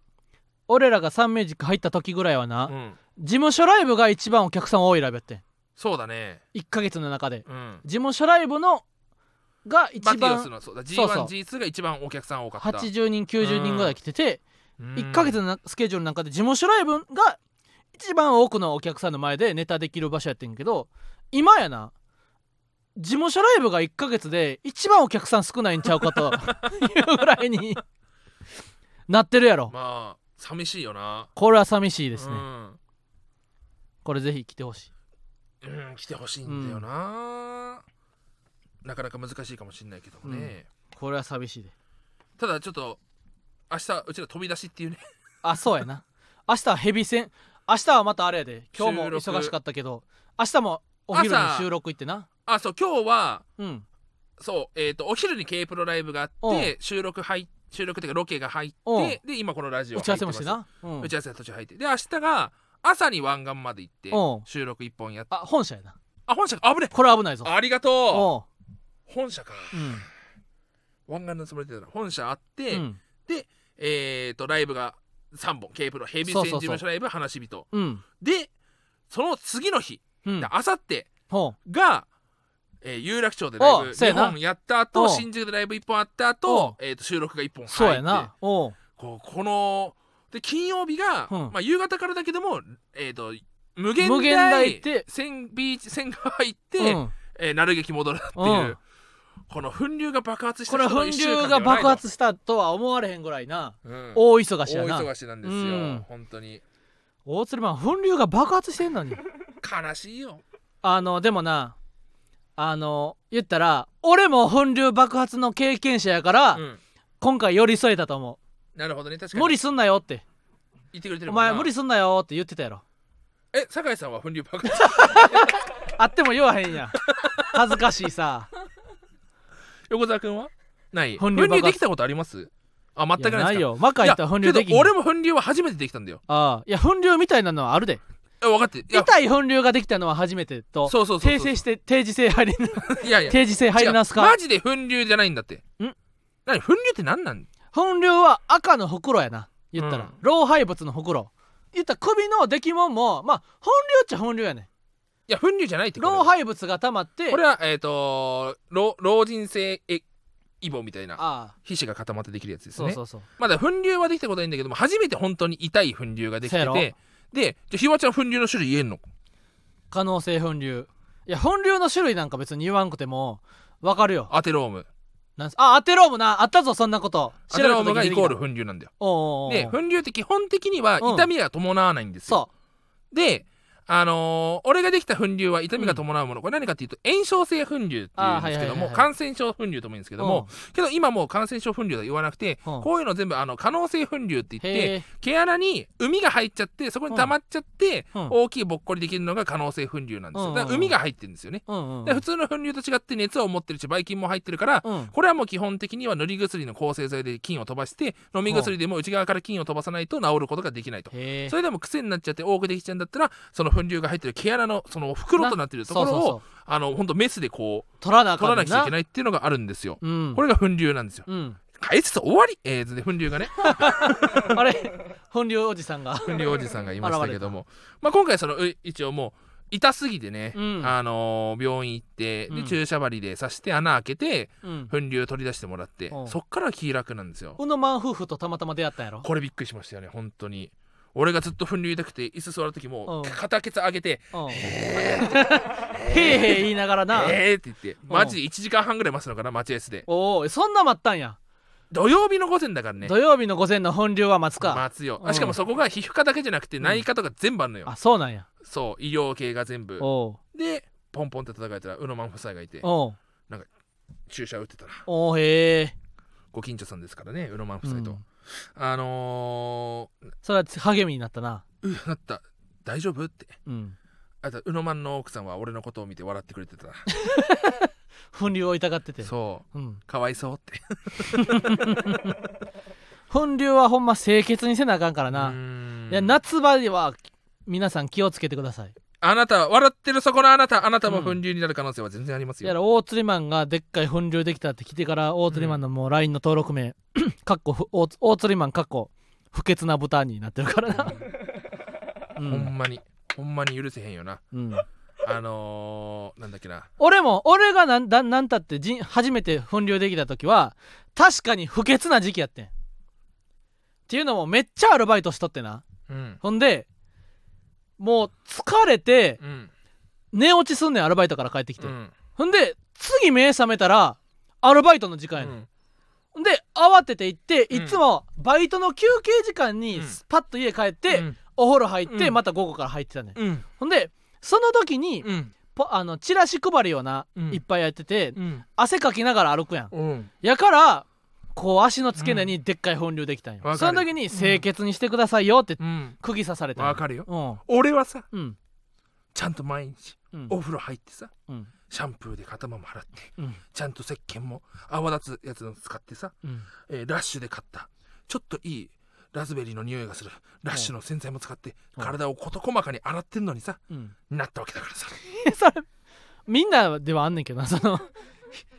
S1: 俺らがサンミュージック入った時ぐらいはな、
S2: う、うん、
S1: 事務所ライブが一番お客さん多いライブやってん
S2: そうだね
S1: 1ヶ月の中で
S2: うん
S1: 事務所ライブのが
S2: バ
S1: 一
S2: ティオス
S1: 番
S2: のそうだ
S1: そうそう
S2: G1G2 が一番お客さん多かった
S1: 80人90人ぐらい来てて、一
S2: 1
S1: 1ヶ月のなスケジュールの中で事務所ライブが一番多くのお客さんの前でネタできる場所やってんけど今やな事務所ライブが1ヶ月で一番お客さん少ないんちゃうか
S2: <laughs>
S1: というぐらいになってるやろ
S2: まあ寂しいよな
S1: これは寂しいですね、
S2: うん
S1: これぜひ来てほしい
S2: うん、来てほしいんだよな、なかなか難しいかもしれないけどもね、
S1: これは寂しいで
S2: ただちょっと明日うちら飛び出しっていうね <laughs>
S1: あそうやな明日はヘビ戦明日はまたあれやで今日も
S2: 収録
S1: 忙しかったけど明日もお昼に
S2: 朝
S1: 収録行ってな
S2: あそう今日は
S1: うん
S2: そうえっ、とお昼に K プロライブがあ
S1: う
S2: って収録入っ収録っていうかロケが入っ
S1: うん
S2: てで今このラジオ
S1: 打
S2: 入っ
S1: ち合わせもしてて
S2: ます
S1: な、うん
S2: 打、ち合わせ途中入ってで明日が朝に湾岸まで行って
S1: うん
S2: 収録一本やって
S1: あ本社やな
S2: あ本社かあぶね
S1: これ危ないぞ
S2: ありがと
S1: お
S2: う本社か
S1: ううん
S2: 湾岸のつもりでたら本社あって、
S1: うん
S2: えっ、とライブが3本 K プロヘビー
S1: そう
S2: 戦
S1: そう
S2: 事
S1: そう
S2: 務所ライブ話し人
S1: うん
S2: でその次の日
S1: うん
S2: あさって
S1: ほう
S2: が、えー有楽町でライブ
S1: おうそうや
S2: 2
S1: な
S2: 本やった
S1: お
S2: 後
S1: う
S2: 新宿でライブ1本あった後、えー、と収録が1本
S1: そう
S2: 入
S1: や
S2: って
S1: なおう
S2: こうこので金曜日が、
S1: うん
S2: まあ、夕方からだけども、えー、と無限大
S1: 無限大行って
S2: 千ビーチ千川行って、
S1: うん
S2: えー、なる劇戻るっていう、
S1: うん
S2: この粉流が爆発した
S1: これ
S2: 人の
S1: 粉
S2: 一週間
S1: 流
S2: では
S1: が
S2: な
S1: 爆
S2: いと
S1: 発したとは思われへんぐらいな
S2: うん
S1: 大忙しや
S2: 大
S1: な
S2: 忙しなんですよ、
S1: うん
S2: 本当に
S1: 大鶴マン粉流が爆発してんのに
S2: 悲しいよ
S1: あのでもなあの言ったら俺も粉流爆発の経験者やから、
S2: うん
S1: 今回寄り添えたと思
S2: なるほどね確
S1: う
S2: かに
S1: 無理すんなよって
S2: 言ってくれてる
S1: お
S2: もんな
S1: 前無理すんなよって言ってたやろ
S2: え酒井さんは粉流爆発
S1: <laughs> あっても言わへんやん恥ずかしいさ
S2: 横澤君はない
S1: 粉
S2: 粉
S1: 流
S2: 流
S1: 爆発
S2: できたことありますあ <laughs> 全く
S1: いや
S2: ないですか
S1: ないよマカ行ったら粉流でき
S2: い
S1: ん
S2: やけど俺も粉流は初めてできたんだよ
S1: ああいや粉流みたいなのはあるで
S2: え分かっていや
S1: 痛い粉流ができたのは初めてと
S2: そうそうそうそう
S1: 訂正して定時制入り
S2: いやいや
S1: 定時制入ります
S2: 違う
S1: か
S2: マジで粉流じゃないんだって
S1: ん
S2: 何粉流って何なん
S1: 粉流は赤の袋やな言ったら、
S2: うん
S1: 老廃物の袋言ったら首の出来物もまあ粉流っちゃ粉流やね
S2: いや粉流じゃないってこれ
S1: 老廃物が溜まって
S2: これはえっ、と老老人性えイボみたいな
S1: ああ
S2: 皮脂が固まってできるやつです
S1: そう
S2: ね
S1: そうそう、
S2: まだ粉流はできたことないんだけども初めて本当に痛い粉流ができ
S1: せ
S2: て
S1: やろ
S2: てでじゃあひわちゃん粉流の種類言えんの
S1: 可能性粉流いや粉流の種類なんか別に言わんくてもわかるよ
S2: アテローム
S1: なんすあアテロームなあったぞそんなこと
S2: アテロームが
S1: 時
S2: イ
S1: に出てき
S2: コ
S1: た
S2: ール粉流なんだよ
S1: おうおうおう
S2: で粉流って基本的には
S1: うん
S2: 痛みは伴わないんですよ、
S1: そ
S2: であのー俺ができた粉流は痛みが伴うもの、これ何かっていうと炎症性粉流っていうんですけど
S1: あーはいはいはい
S2: も
S1: はい
S2: 感染症粉流ともいいんですけ
S1: う
S2: ども、けど今もう感染症粉流は言わなくて、
S1: うん
S2: こういうの全部あの可能性粉流って言って
S1: へえ
S2: 毛穴に海が入っちゃってそこに溜まっちゃって、
S1: うん
S2: 大きいぼっこりできるのが可能性粉流なんです
S1: うんうんう
S2: よ
S1: ん
S2: だから海が入ってるんですよね、
S1: うんうん
S2: で普通の粉流と違って熱を持ってるしばい菌も入ってるから、
S1: うん
S2: これはもう基本的には塗り薬の抗生剤で菌を飛ばして飲み薬でも内側から菌を飛ばさないと治ることができないと。
S1: へえ
S2: それでも癖になっちゃって多くできちゃうんだったらその粉瘤が入ってる毛穴のその袋となってるところ
S1: そうそうそ
S2: を
S1: う
S2: あのほんとメスでこう
S1: 取らなあかん
S2: 取らなきゃいけ
S1: い
S2: ないっていうのがあるんですよ。
S1: うん
S2: これが粉瘤なんですよ。
S1: うん
S2: 解説終わりえー、で粉
S1: <laughs>
S2: 瘤がね
S1: あれ本流おじさんが
S2: 粉瘤おじさんがいましたけども、まあ、今回そのう一応もう痛すぎてね、
S1: うん
S2: あのー病院行って
S1: う
S2: で
S1: ん
S2: 注射針で刺して穴開けて
S1: うん
S2: 粉瘤取り出してもらって、
S1: うん
S2: そっからは気楽なんですよ。
S1: このマン夫婦とたまたま出会ったんやろ
S2: これびっくりしましたよね本当に俺がずっと粉瘤痛くて椅子座る時も
S1: うん
S2: 片ケツ上げて
S1: うんへえへえ言いながら
S2: 「
S1: な
S2: えー!」って言ってマジで1時間半ぐらい待つのかな待合室で
S1: おおそんな待ったんや
S2: 土曜日の午前だからね
S1: 土曜日の午前の本流は待つか
S2: 待つよ
S1: うん
S2: あしかもそこが皮膚科だけじゃなくて
S1: ん
S2: 内科とか全部あんのよ、
S1: あそうなんや
S2: そう医療系が全部
S1: おお
S2: でポンポンって叩かれたら宇野万夫妻がいて
S1: お
S2: 注射打ってたら
S1: おおへえ
S2: ご近所さんですからね宇野万夫
S1: う
S2: 妻
S1: ん
S2: と、あの
S1: それは励みになったな
S2: ー「うなった大丈夫?」って
S1: うん
S2: あと宇野万の奥さんは俺のことを見て笑ってくれてた
S1: 本流を痛がってて
S2: そう
S1: うん
S2: かわいそうって
S1: 本流はほんま清潔にせなあかんから
S2: う
S1: な
S2: ーん
S1: いや夏場では皆さん気をつけてください
S2: あなた、笑ってるそこのあなた、あなたも粉流になる可能性は全然あります
S1: や
S2: よ。
S1: ら大釣りマンがでっかい粉流できたって来てから大釣りマンのもう LINE の登録名、 <coughs> かっこふ大大釣りマンかっこ不潔な豚になってるからな <laughs> う
S2: ほん
S1: ん、
S2: まに、ほんまに許せへんよな。
S1: うん、
S2: あのー、なんだっけな。
S1: 俺も俺がなんだなんたってじん初めて粉流できた時は確かに不潔な時期やってんっていうのもめっちゃアルバイトしとってな
S2: うん。
S1: ほんでもう疲れて
S2: うん。
S1: 寝落ちすんねんアルバイトから帰ってきて、
S2: うん。
S1: ほんで次目覚めたらアルバイトの時間やねんで慌てて行って
S2: うん
S1: いつもバイトの休憩時間に
S2: うん
S1: パッと家帰って、
S2: うん
S1: お風呂入って、
S2: うん
S1: また午後から入ってたね、
S2: うん。
S1: ほんでその時に、
S2: うん。
S1: ポあのチラシ配りをな、
S2: うん
S1: いっぱいやってて、
S2: うん。
S1: 汗かきながら歩くやん
S2: うん。
S1: やからこう足の付け根にでっかい本流できたんよ、
S2: わかる
S1: その時に清潔にしてくださいよって
S2: うん。
S1: 釘刺されたんよ
S2: わかるよ。
S1: うん
S2: 俺はさ、
S1: うん
S2: ちゃんと毎日、
S1: うん
S2: お風呂入ってさ、
S1: うん
S2: シャンプーで頭も洗って、
S1: うん
S2: ちゃんと石鹸も泡立つやつの使ってさ、
S1: うん
S2: えーラッシュで買ったちょっといいラズベリーの匂いがするラッシュの洗剤も使って
S1: うん
S2: 体を事細かに洗ってんのにさ
S1: うん
S2: <laughs> なったわけだからさ
S1: それみんなではあんねんけどなその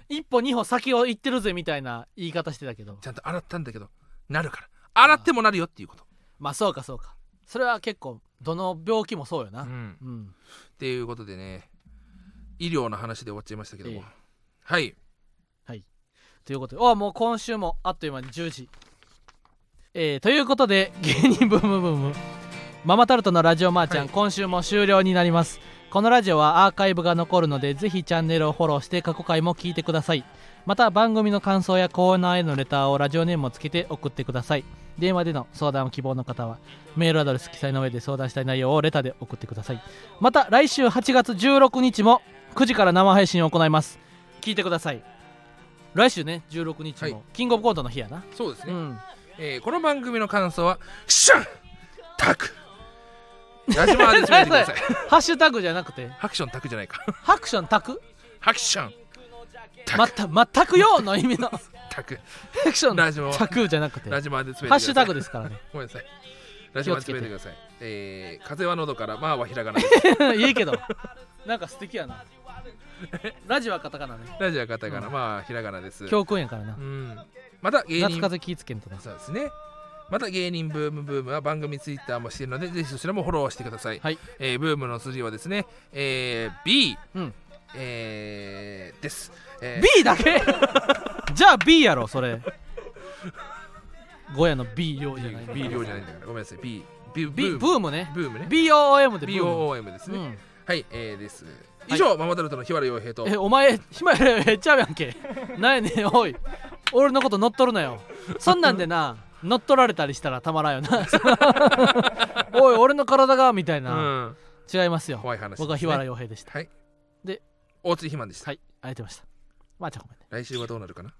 S1: 一歩二歩先を行ってるぜみたいな言い方してたけど
S2: ちゃんと洗ったんだけどなるから洗ってもなるよっていうこと、
S1: まあそうかそうかそれは結構どの病気もそうよな
S2: うん
S1: うん、
S2: っていうことでね医療の話で終わっちゃいましたけども、
S1: ええ
S2: はい
S1: ということでおもう今週もあっという間に10時えー、ということで芸人ブームブームママタルトのラジオマーちゃん、
S2: はい
S1: 今週も終了になりますこのラジオはアーカイブが残るのでぜひチャンネルをフォローして過去回も聞いてくださいまた番組の感想やコーナーへのレターをラジオネームをつけて送ってください電話での相談を希望の方はメールアドレス記載の上で相談したい内容をレターで送ってくださいまた来週8月16日も9時から生配信を行います聞いてください来週ね16日
S2: は
S1: もキングオブコントの日やな、
S2: そうです
S1: う
S2: ね、
S1: ん
S2: えーこの番組の感想はシャンタク矢島でつぶやいて
S1: <laughs>
S2: ください
S1: ハッシュタグじゃなくて
S2: ハクションタクじゃないか
S1: ハクションタク
S2: ハクションタク
S1: また全くようの意味の <laughs> ハ
S2: タク
S1: クショ
S2: ラジオ
S1: ンタクじゃなくて
S2: ラジマでつぶやいてください
S1: ハッシュタグですからね
S2: ごめんなさいラジマでつぶやいてくださいえー、風は喉からまあはひらがなです
S1: <laughs> いいけどなんか素敵や
S2: <laughs>
S1: なラジオはカタカナね
S2: ラジオはカタカナまあひらがなです
S1: 教訓やからな
S2: うんまた芸
S1: 夏
S2: 人
S1: 風邪気ぃつけんとな
S2: そうですね。また芸人ブームブームは番組ツイッターもしているので、ぜひそちらもフォローしてください。
S1: はい
S2: えーブームの筋はですね、えー B、
S1: うん
S2: えーです。えー
S1: B だけじゃあ B やろそれゴヤの B 用じゃない
S2: B 量じゃないんだから、ごめんなさい。B、B、
S1: B ブームね
S2: ブームね。
S1: BOM でブーム
S2: BOOM です
S1: う
S2: ね。
S1: ん
S2: はい、えーです。以上、ママタルトの日原洋平と
S1: え、お前暇やれへっちゃうやんけなんやねんおい俺のこと乗っ取るなよそんなんでな乗っ取られたりしたらたまらんよ
S2: <laughs>
S1: なおい俺の体がみたいうな、
S2: ん、
S1: 違いますよ
S2: 怖い話ですね
S1: 僕は日原洋平でした
S2: はい。
S1: で、
S2: 大津肥満でした。
S1: はいありがとうございましたまあじゃあごめんね
S2: 来週はどうなるかな